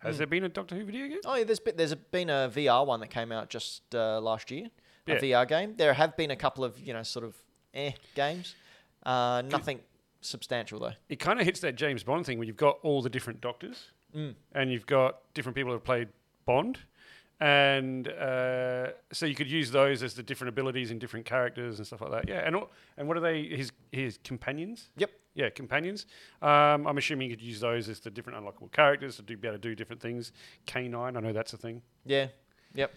Speaker 2: has there been a Doctor Who video game?
Speaker 1: Oh yeah, there's been, there's been a VR one that came out just uh, last year.
Speaker 2: Yeah.
Speaker 1: A VR game. There have been a couple of you know sort of eh games. Uh, nothing substantial though.
Speaker 2: it kind of hits that James Bond thing where you've got all the different doctors and you've got different people who have played Bond. And uh, so you could use those as the different abilities and different characters and stuff like that. Yeah. And, all, and what are they? His, his companions?
Speaker 1: Yep.
Speaker 2: Yeah, companions. Um, I'm assuming you could use those as the different unlockable characters to do, be able to do different things. Canine, I know that's a thing.
Speaker 1: Yeah. Yep.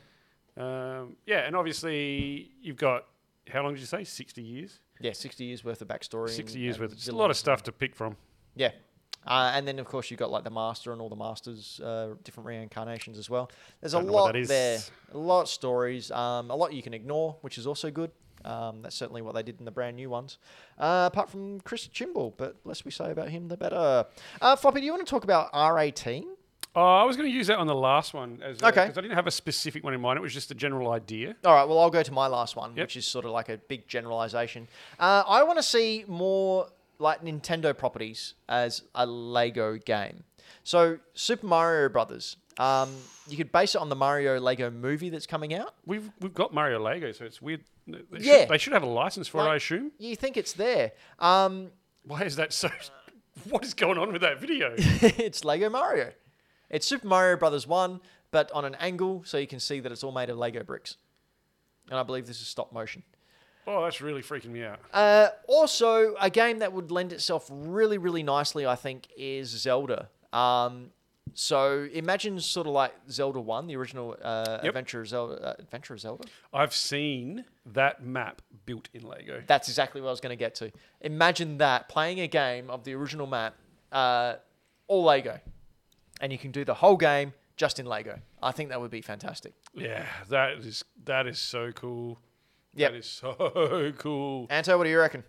Speaker 2: Um, yeah, and obviously you've got, how long did you say? 60 years?
Speaker 1: Yeah. Sixty years worth of backstory.
Speaker 2: 60
Speaker 1: and-
Speaker 2: years
Speaker 1: and
Speaker 2: worth. It's a
Speaker 1: villains
Speaker 2: lot
Speaker 1: and-
Speaker 2: of stuff to pick from.
Speaker 1: Yeah. Uh, and then, of course, you've got like the master and all the masters, uh, different reincarnations as well. There's a
Speaker 2: Don't know what
Speaker 1: lot
Speaker 2: that is.
Speaker 1: there, a lot of stories, um, a lot you can ignore, which is also good. Um, that's certainly what they did in the brand new ones. Uh, apart from Chris Chimble, but less we say about him, the better. Uh, Floppy, do you want to talk about R18?
Speaker 2: Oh, I was going to use that on the last one. As, uh,
Speaker 1: Okay.
Speaker 2: 'cause I didn't have a specific one in mind. It was just a general idea.
Speaker 1: All right, well, I'll go to my last one,
Speaker 2: Yep.
Speaker 1: which is sort of like a big generalization. Uh, I want to see more like Nintendo properties as a Lego game. So, Super Mario Brothers. Um, you could base it on the Mario Lego movie that's coming out.
Speaker 2: We've, we've got Mario Lego, so it's weird. They should-
Speaker 1: Yeah.
Speaker 2: they should have a license for it, I
Speaker 1: Like-
Speaker 2: assume.
Speaker 1: You think it's there? Um,
Speaker 2: Why is that so. What is going on with that video?
Speaker 1: it's Lego Mario. It's Super Mario Brothers One, but on an angle, so you can see that it's all made of Lego bricks. And I believe this is stop motion.
Speaker 2: oh, that's really freaking me out.
Speaker 1: Uh, also, a game that would lend itself really, really nicely, I think, is Zelda. Um, so imagine sort of like Zelda One, the original uh, Adventure of Zelda. Uh, Adventure of Zelda.
Speaker 2: I've seen that map built in Lego.
Speaker 1: That's exactly what I was going to get to. Imagine that playing a game of the original map, uh, all Lego, and you can do the whole game just in Lego. I think that would be fantastic.
Speaker 2: Yeah, that is that is so cool.
Speaker 1: Yep.
Speaker 2: That is so cool.
Speaker 1: Anto, what do you reckon?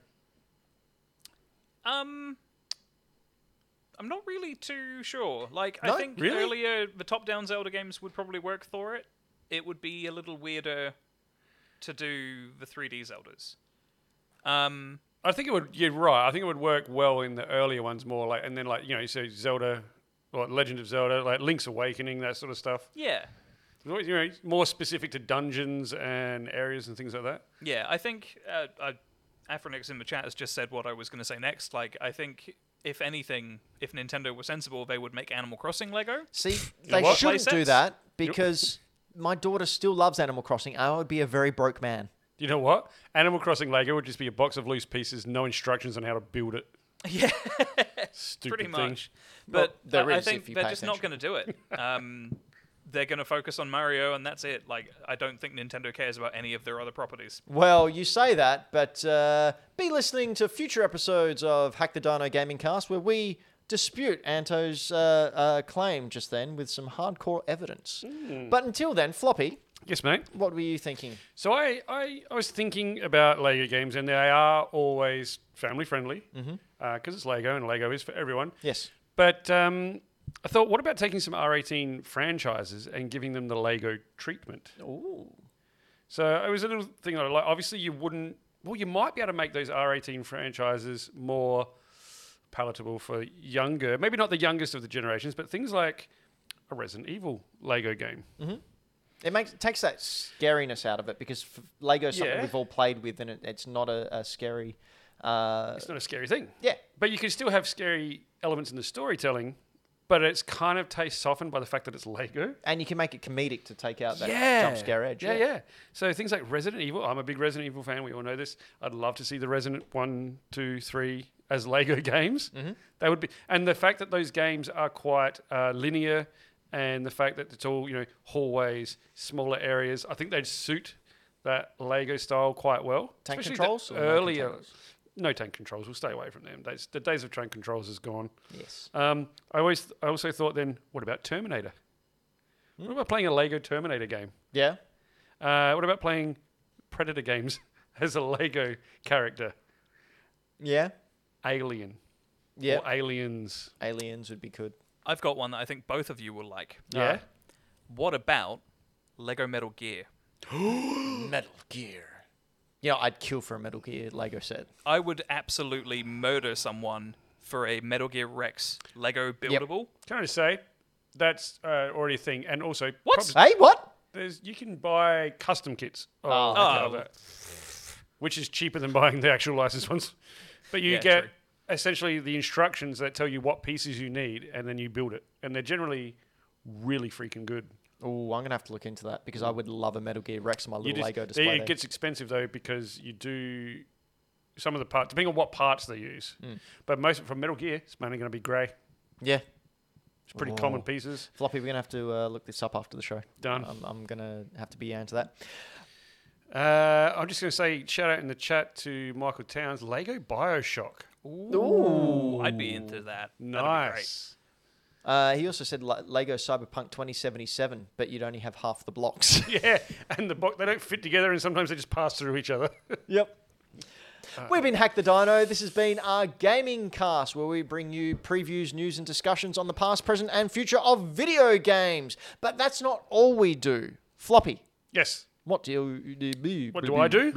Speaker 3: Um, I'm not really too sure. Like,
Speaker 1: No?
Speaker 3: I think
Speaker 2: Really?
Speaker 3: earlier the top-down Zelda games would probably work for it. It would be a little weirder to do the 3D Zeldas. Um,
Speaker 2: I think it would. You're right. I think it would work well in the earlier ones more. Like, and then like you know, so Zelda, like Legend of Zelda, like Link's Awakening, that sort of stuff.
Speaker 3: yeah,
Speaker 2: Well, you know, more specific to dungeons and areas and things like that.
Speaker 3: yeah. I think uh, uh, Afronix in the chat has just said what I was going to say next. Like, I think if anything, if Nintendo were sensible, they would make Animal Crossing Lego.
Speaker 1: See, they
Speaker 2: what?
Speaker 1: shouldn't
Speaker 3: Play
Speaker 1: do
Speaker 3: sets.
Speaker 1: that because my daughter still loves Animal Crossing. and I would be a very broke man.
Speaker 2: You know what? Animal Crossing Lego would just be a box of loose pieces, no instructions on how to build it.
Speaker 3: Yeah,
Speaker 2: Stupid
Speaker 3: pretty
Speaker 2: thing.
Speaker 3: much.
Speaker 1: Well,
Speaker 3: But
Speaker 1: there
Speaker 3: I, I
Speaker 1: is
Speaker 3: think
Speaker 1: if you
Speaker 3: they're
Speaker 1: pay
Speaker 3: just not going to do it. Um, they're going to focus on Mario, and that's it. Like, I don't think Nintendo cares about any of their other properties.
Speaker 1: Well, you say that, but uh, be listening to future episodes of Hack the Dino Gaming Cast where we dispute Anto's uh, uh, claim just then with some hardcore evidence.
Speaker 2: Hmm.
Speaker 1: But until then, Floppy,
Speaker 2: Yes, mate.
Speaker 1: what were you thinking?
Speaker 2: So I, I, I was thinking about Lego games, and they are always family friendly
Speaker 3: Mm-hmm.
Speaker 2: because it's Lego, and Lego is for everyone.
Speaker 1: Yes.
Speaker 2: But um, I thought, what about taking some R18 franchises and giving them the Lego treatment?
Speaker 1: Ooh.
Speaker 2: So it was a little thing that I like. Obviously, you wouldn't. Well, you might be able to make those R18 franchises more palatable for younger, maybe not the youngest of the generations, but things like a Resident Evil Lego game.
Speaker 1: It makes takes that scariness out of it because f- Lego's something
Speaker 2: Yeah.
Speaker 1: we've all played with, and it, it's not a, a scary. Uh,
Speaker 2: It's not a scary thing.
Speaker 1: yeah,
Speaker 2: But you can still have scary elements in the storytelling, but it's kind of taste softened by the fact that it's Lego.
Speaker 1: and you can make it comedic to take out that
Speaker 2: Yeah.
Speaker 1: jump scare edge.
Speaker 2: Yeah, yeah. So things like Resident Evil. I'm a big Resident Evil fan. We all know this. I'd love to see the Resident One, Two, Three as Lego games. Mm-hmm. They would be, and the fact that those games are quite uh, linear, and the fact that it's all you know hallways, smaller areas. I think they'd suit that Lego style quite well.
Speaker 1: Tank
Speaker 2: Especially the
Speaker 1: controls or no
Speaker 2: earlier.
Speaker 1: controls?
Speaker 2: No tank controls. We'll stay away from them. That's- The days of tank controls is gone.
Speaker 1: Yes.
Speaker 2: Um, I always, I also thought then, what about Terminator?
Speaker 1: Hmm.
Speaker 2: What about playing a Lego Terminator game?
Speaker 1: Yeah.
Speaker 2: Uh, what about playing Predator games as a Lego character?
Speaker 1: Yeah.
Speaker 2: Alien.
Speaker 1: Yeah.
Speaker 2: Or aliens.
Speaker 1: Aliens would be good.
Speaker 3: I've got one that I think both of you will like.
Speaker 2: Yeah.
Speaker 3: What about Lego Metal Gear?
Speaker 1: Metal Gear. You know, I'd kill for a Metal Gear Lego set.
Speaker 3: I would absolutely murder someone for a Metal Gear Rex Lego buildable.
Speaker 2: Can I just say, that's uh, already a thing. And also,
Speaker 3: What?
Speaker 2: probably-
Speaker 1: Hey, what?
Speaker 2: there's, you can buy custom kits. of
Speaker 1: Oh.
Speaker 2: Lego
Speaker 3: Oh.
Speaker 2: that- Which is cheaper than buying the actual licensed ones. But you
Speaker 3: Yeah,
Speaker 2: get
Speaker 3: true.
Speaker 2: essentially the instructions that tell you what pieces you need, and then you build it. And they're generally really freaking good.
Speaker 1: Oh, I'm gonna have to look into that because I would love a Metal Gear Rex on my
Speaker 2: You
Speaker 1: little
Speaker 2: just-
Speaker 1: Lego
Speaker 2: they-
Speaker 1: display.
Speaker 2: It gets expensive though because you do some of the parts, depending on what parts they use.
Speaker 1: Hmm.
Speaker 2: But most from Metal Gear, it's mainly going to be grey.
Speaker 1: yeah,
Speaker 2: It's pretty
Speaker 1: Oh.
Speaker 2: common pieces.
Speaker 1: floppy. We're gonna have to uh, look this up after the show.
Speaker 2: Done.
Speaker 1: I'm, I'm gonna have to be down to that. Oh.
Speaker 2: Uh, I'm just going to say shout out in the chat to Michael Towns, Lego Bioshock.
Speaker 3: Ooh, I'd be into that. That'd be great.
Speaker 2: Nice.
Speaker 1: Uh, he also said Le- Lego Cyberpunk 2077, but you'd only have half the blocks.
Speaker 2: Yeah, and the box they don't fit together, and sometimes they just pass through each other.
Speaker 1: yep. We've been Hack the Dino. This has been our gaming cast where we bring you previews, news, and discussions on the past, present, and future of video games. But that's not all we do. Floppy,
Speaker 2: yes,
Speaker 1: what do you do?
Speaker 2: What do I do?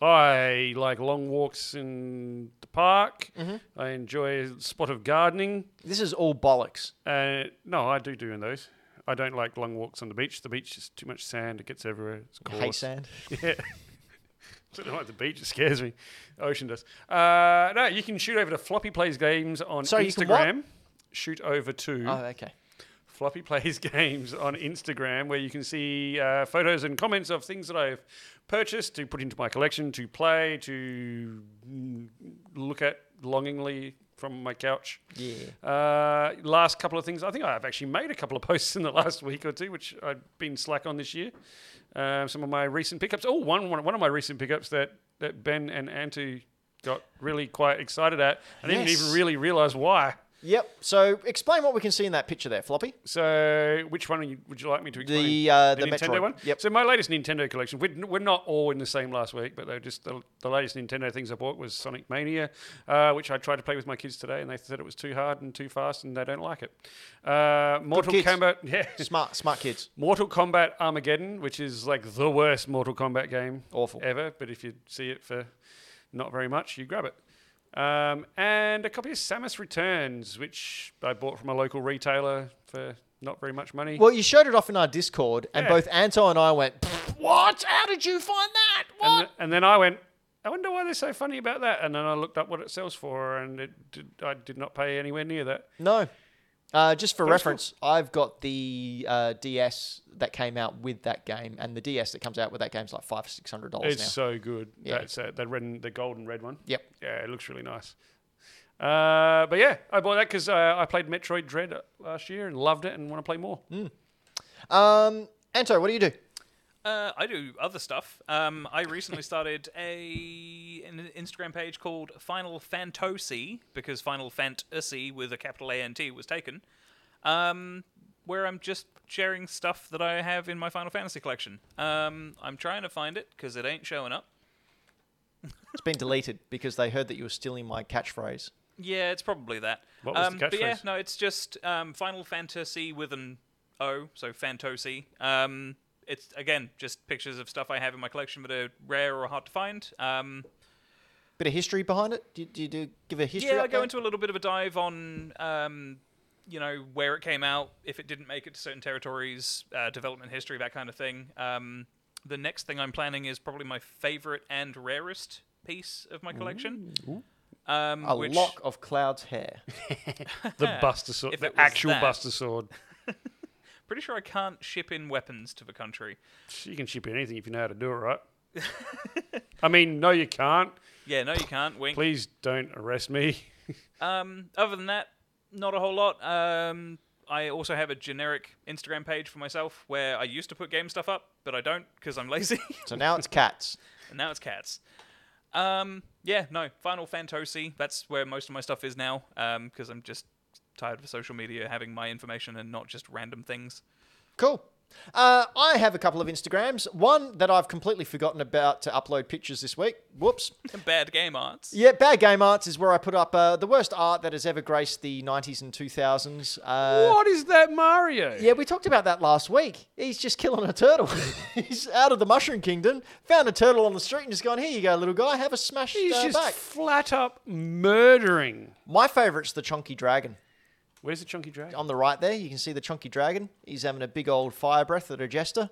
Speaker 2: I like long walks in the park.
Speaker 1: Mm-hmm.
Speaker 2: I enjoy a spot of gardening.
Speaker 1: This is all bollocks.
Speaker 2: Uh, no, I do do in those. I don't like long walks on the beach. The beach is too much sand. It gets everywhere. It's coarse.
Speaker 1: Hey, sand.
Speaker 2: Yeah. I don't like the beach. It scares me. Ocean does. Uh, no, you can shoot over to Floppy Plays Games on
Speaker 1: So you can what?
Speaker 2: Instagram. Shoot over to
Speaker 1: Oh, okay.
Speaker 2: Floppy Plays Games on Instagram, where you can see uh, photos and comments of things that I've purchased to put into my collection, to play, to mm, look at longingly from my couch.
Speaker 1: Yeah.
Speaker 2: Uh, last couple of things. I think I've actually made a couple of posts in the last week or two, which I've been slack on this year. Um, some of my recent pickups. Oh, one, one, one of my recent pickups that, that Ben and Antu got really quite excited at. I didn't
Speaker 1: Yes.
Speaker 2: even really realize why.
Speaker 1: Yep. So explain what we can see in that picture there, Floppy.
Speaker 2: So, which one you- would you like me to explain?
Speaker 1: The uh, the,
Speaker 2: Nintendo
Speaker 1: Metroid.
Speaker 2: one.
Speaker 1: Yep.
Speaker 2: So my latest Nintendo collection. We're, we're not all in the same last week, but they're just the, the latest Nintendo things I bought was Sonic Mania, uh, which I tried to play with my kids today, and they said it was too hard and too fast, and they don't like it. Uh, Mortal
Speaker 1: kids.
Speaker 2: Kombat. Yeah.
Speaker 1: Smart, smart kids.
Speaker 2: Mortal Kombat Armageddon, which is like the worst Mortal Kombat game
Speaker 1: Awful.
Speaker 2: ever, but if you see it for not very much, you grab it. Um, and a copy of Samus Returns, which I bought from a local retailer for not very much money.
Speaker 1: Well, you showed it off in our Discord, and
Speaker 2: Yeah.
Speaker 1: both Anto and I went, "Pfft, "What? How did you find that? What?"
Speaker 2: And, th- and then I went, I wonder why they're so funny about that. And then I looked up what it sells for, and it did, I did not pay anywhere near that.
Speaker 1: no. Uh, just for
Speaker 2: That was cool.
Speaker 1: reference, I've got the uh, DS that came out with that game, and the DS that comes out with that game is like five, six hundred dollars
Speaker 2: It's
Speaker 1: now.
Speaker 2: so good.
Speaker 1: Yeah.
Speaker 2: That's uh, the red, the golden red one.
Speaker 1: Yep.
Speaker 2: Yeah, it looks really nice. Uh, but yeah, I bought that because uh, I played Metroid Dread last year and loved it and want to play more.
Speaker 1: Um, Anto, what do you do?
Speaker 3: Uh, I do other stuff. Um, I recently started a an Instagram page called Final Fantasy because Final Fantasy with a capital A N T was taken, um, where I'm just sharing stuff that I have in my Final Fantasy collection. Um, I'm trying to find it because it ain't showing up.
Speaker 1: It's been deleted because they heard that you were stealing my catchphrase.
Speaker 3: Yeah, it's probably that.
Speaker 2: What was the
Speaker 3: um, But yeah,
Speaker 2: catchphrase?
Speaker 3: no, it's just um, Final Fantasy with an O, so Fantasy. Um, it's again just pictures of stuff I have in my collection that are rare or hard to find. Um,
Speaker 1: Bit of history behind it? Do you, do you do give a history?
Speaker 3: yeah, I go
Speaker 1: update?
Speaker 3: into a little bit of a dive on, um, you know, where it came out, if it didn't make it to certain territories, uh, development history, that kind of thing. Um, the next thing I'm planning is probably my favorite and rarest piece of my collection. Um,
Speaker 1: a
Speaker 3: which,
Speaker 1: lock of Cloud's hair.
Speaker 2: The Buster Sword,
Speaker 3: If it
Speaker 2: the
Speaker 3: was
Speaker 2: actual
Speaker 3: that.
Speaker 2: Buster Sword.
Speaker 3: Pretty sure I can't ship in weapons to the country.
Speaker 2: You can ship anything if you know how to do it right. I mean, no, you can't.
Speaker 3: Yeah, no, you can't. Wink.
Speaker 2: Please don't arrest me.
Speaker 3: Um, other than that, not a whole lot. Um, I also have a generic Instagram page for myself where I used to put game stuff up, but I don't because I'm lazy.
Speaker 1: So now it's cats.
Speaker 3: and now it's cats. Um, yeah, no, Final Fantasy. That's where most of my stuff is now because I'm just tired of social media having my information and not just random things.
Speaker 1: Cool. Uh, I have a couple of Instagrams. One that I've completely forgotten about to upload pictures this week. Whoops.
Speaker 3: And bad game arts.
Speaker 1: Yeah, Bad Game Arts is where I put up uh, the worst art that has ever graced the 90s and 2000s. Uh,
Speaker 2: what is that, Mario?
Speaker 1: Yeah, we talked about that last week. He's just killing a turtle. He's out of the Mushroom Kingdom, found a turtle on the street, and just gone, here you go, little guy, have a smash
Speaker 2: He's
Speaker 1: uh,
Speaker 2: just
Speaker 1: back.
Speaker 2: flat up murdering.
Speaker 1: My favourite's the Chunky Dragon.
Speaker 2: Where's the chunky dragon?
Speaker 1: On the right there, you can see the Chunky Dragon. He's having a big old fire breath at a jester.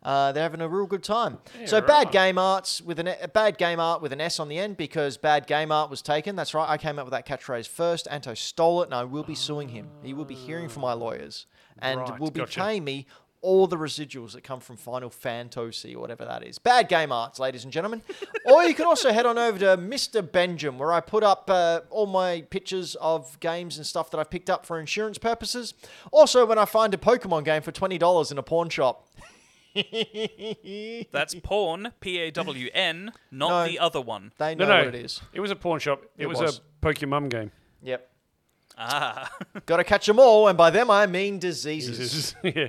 Speaker 1: Uh, they're having a real good time. so
Speaker 2: right.
Speaker 1: bad game arts with an a bad game art with an S on the end because bad game art was taken. That's right. I came up with that catchphrase first. Anto stole it, and I will be suing him. He will be hearing from my lawyers and
Speaker 2: Right,
Speaker 1: will be
Speaker 2: gotcha.
Speaker 1: paying me all the residuals that come from Final Fantasy or whatever that is. Bad game arts, ladies and gentlemen. or you can also head on over to Mr. Benjamin, where I put up uh, all my pictures of games and stuff that I've picked up for insurance purposes. Also, when I find a Pokemon game for twenty dollars in a pawn shop.
Speaker 3: That's porn, P A W N, not
Speaker 1: No.
Speaker 3: the other one.
Speaker 1: They know
Speaker 2: No, no,
Speaker 1: what it is.
Speaker 2: It was a pawn shop. It,
Speaker 1: It
Speaker 2: was,
Speaker 1: was.
Speaker 2: a Pokemon game.
Speaker 1: Yep.
Speaker 3: Ah.
Speaker 1: Got to catch them all, and by them I mean diseases.
Speaker 2: yeah.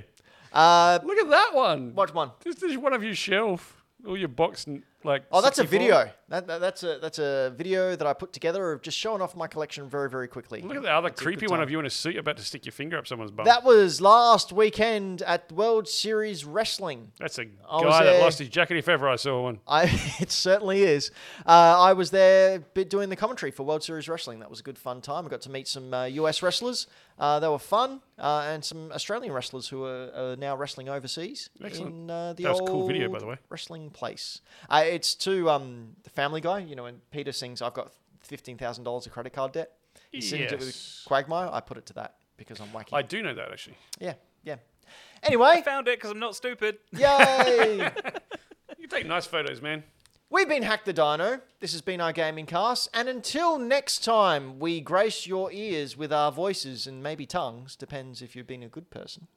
Speaker 1: Uh,
Speaker 2: Look at that one.
Speaker 1: watch one.
Speaker 2: This is one of your shelf, all your box, and, like.
Speaker 1: Oh, that's a
Speaker 2: 64.
Speaker 1: video. That, that, that's a that's a video that I put together of just showing off my collection very very quickly.
Speaker 2: Look at the other
Speaker 1: It's a
Speaker 2: creepy
Speaker 1: good
Speaker 2: one
Speaker 1: time.
Speaker 2: of you in a suit about to stick your finger up someone's bum.
Speaker 1: That was last weekend at World Series Wrestling.
Speaker 2: that's a
Speaker 1: I was
Speaker 2: guy that
Speaker 1: Oh, there.
Speaker 2: lost his jacket if ever I saw one.
Speaker 1: I it certainly is. Uh, I was there bit doing the commentary for World Series Wrestling. That was a good fun time. I got to meet some uh, US wrestlers. Uh, they were fun, uh, and some Australian wrestlers who are, are now wrestling overseas
Speaker 2: Excellent.
Speaker 1: in uh, the
Speaker 2: That was a
Speaker 1: old
Speaker 2: cool video, by the way.
Speaker 1: wrestling place. Uh, it's to um, the Family Guy. You know, when Peter sings, "I've got fifteen thousand dollars of credit card debt." He sings it with
Speaker 2: Yes.
Speaker 1: Quagmire. I put it to that because I'm wacky.
Speaker 2: I do know that actually.
Speaker 1: yeah, yeah. Anyway,
Speaker 3: Found it because I'm not stupid.
Speaker 1: yay!
Speaker 2: You take nice photos, man.
Speaker 1: We've been Hack the Dino. This has been our gaming cast. And until next time, we grace your ears with our voices and maybe tongues. Depends if you've been a good person.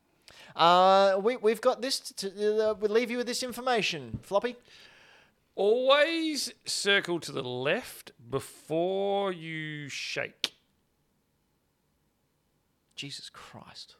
Speaker 1: Uh, we, we've got this. To, to, uh, we'll leave you with this information. Floppy?
Speaker 2: Always circle to the left before you shake.
Speaker 1: Jesus Christ.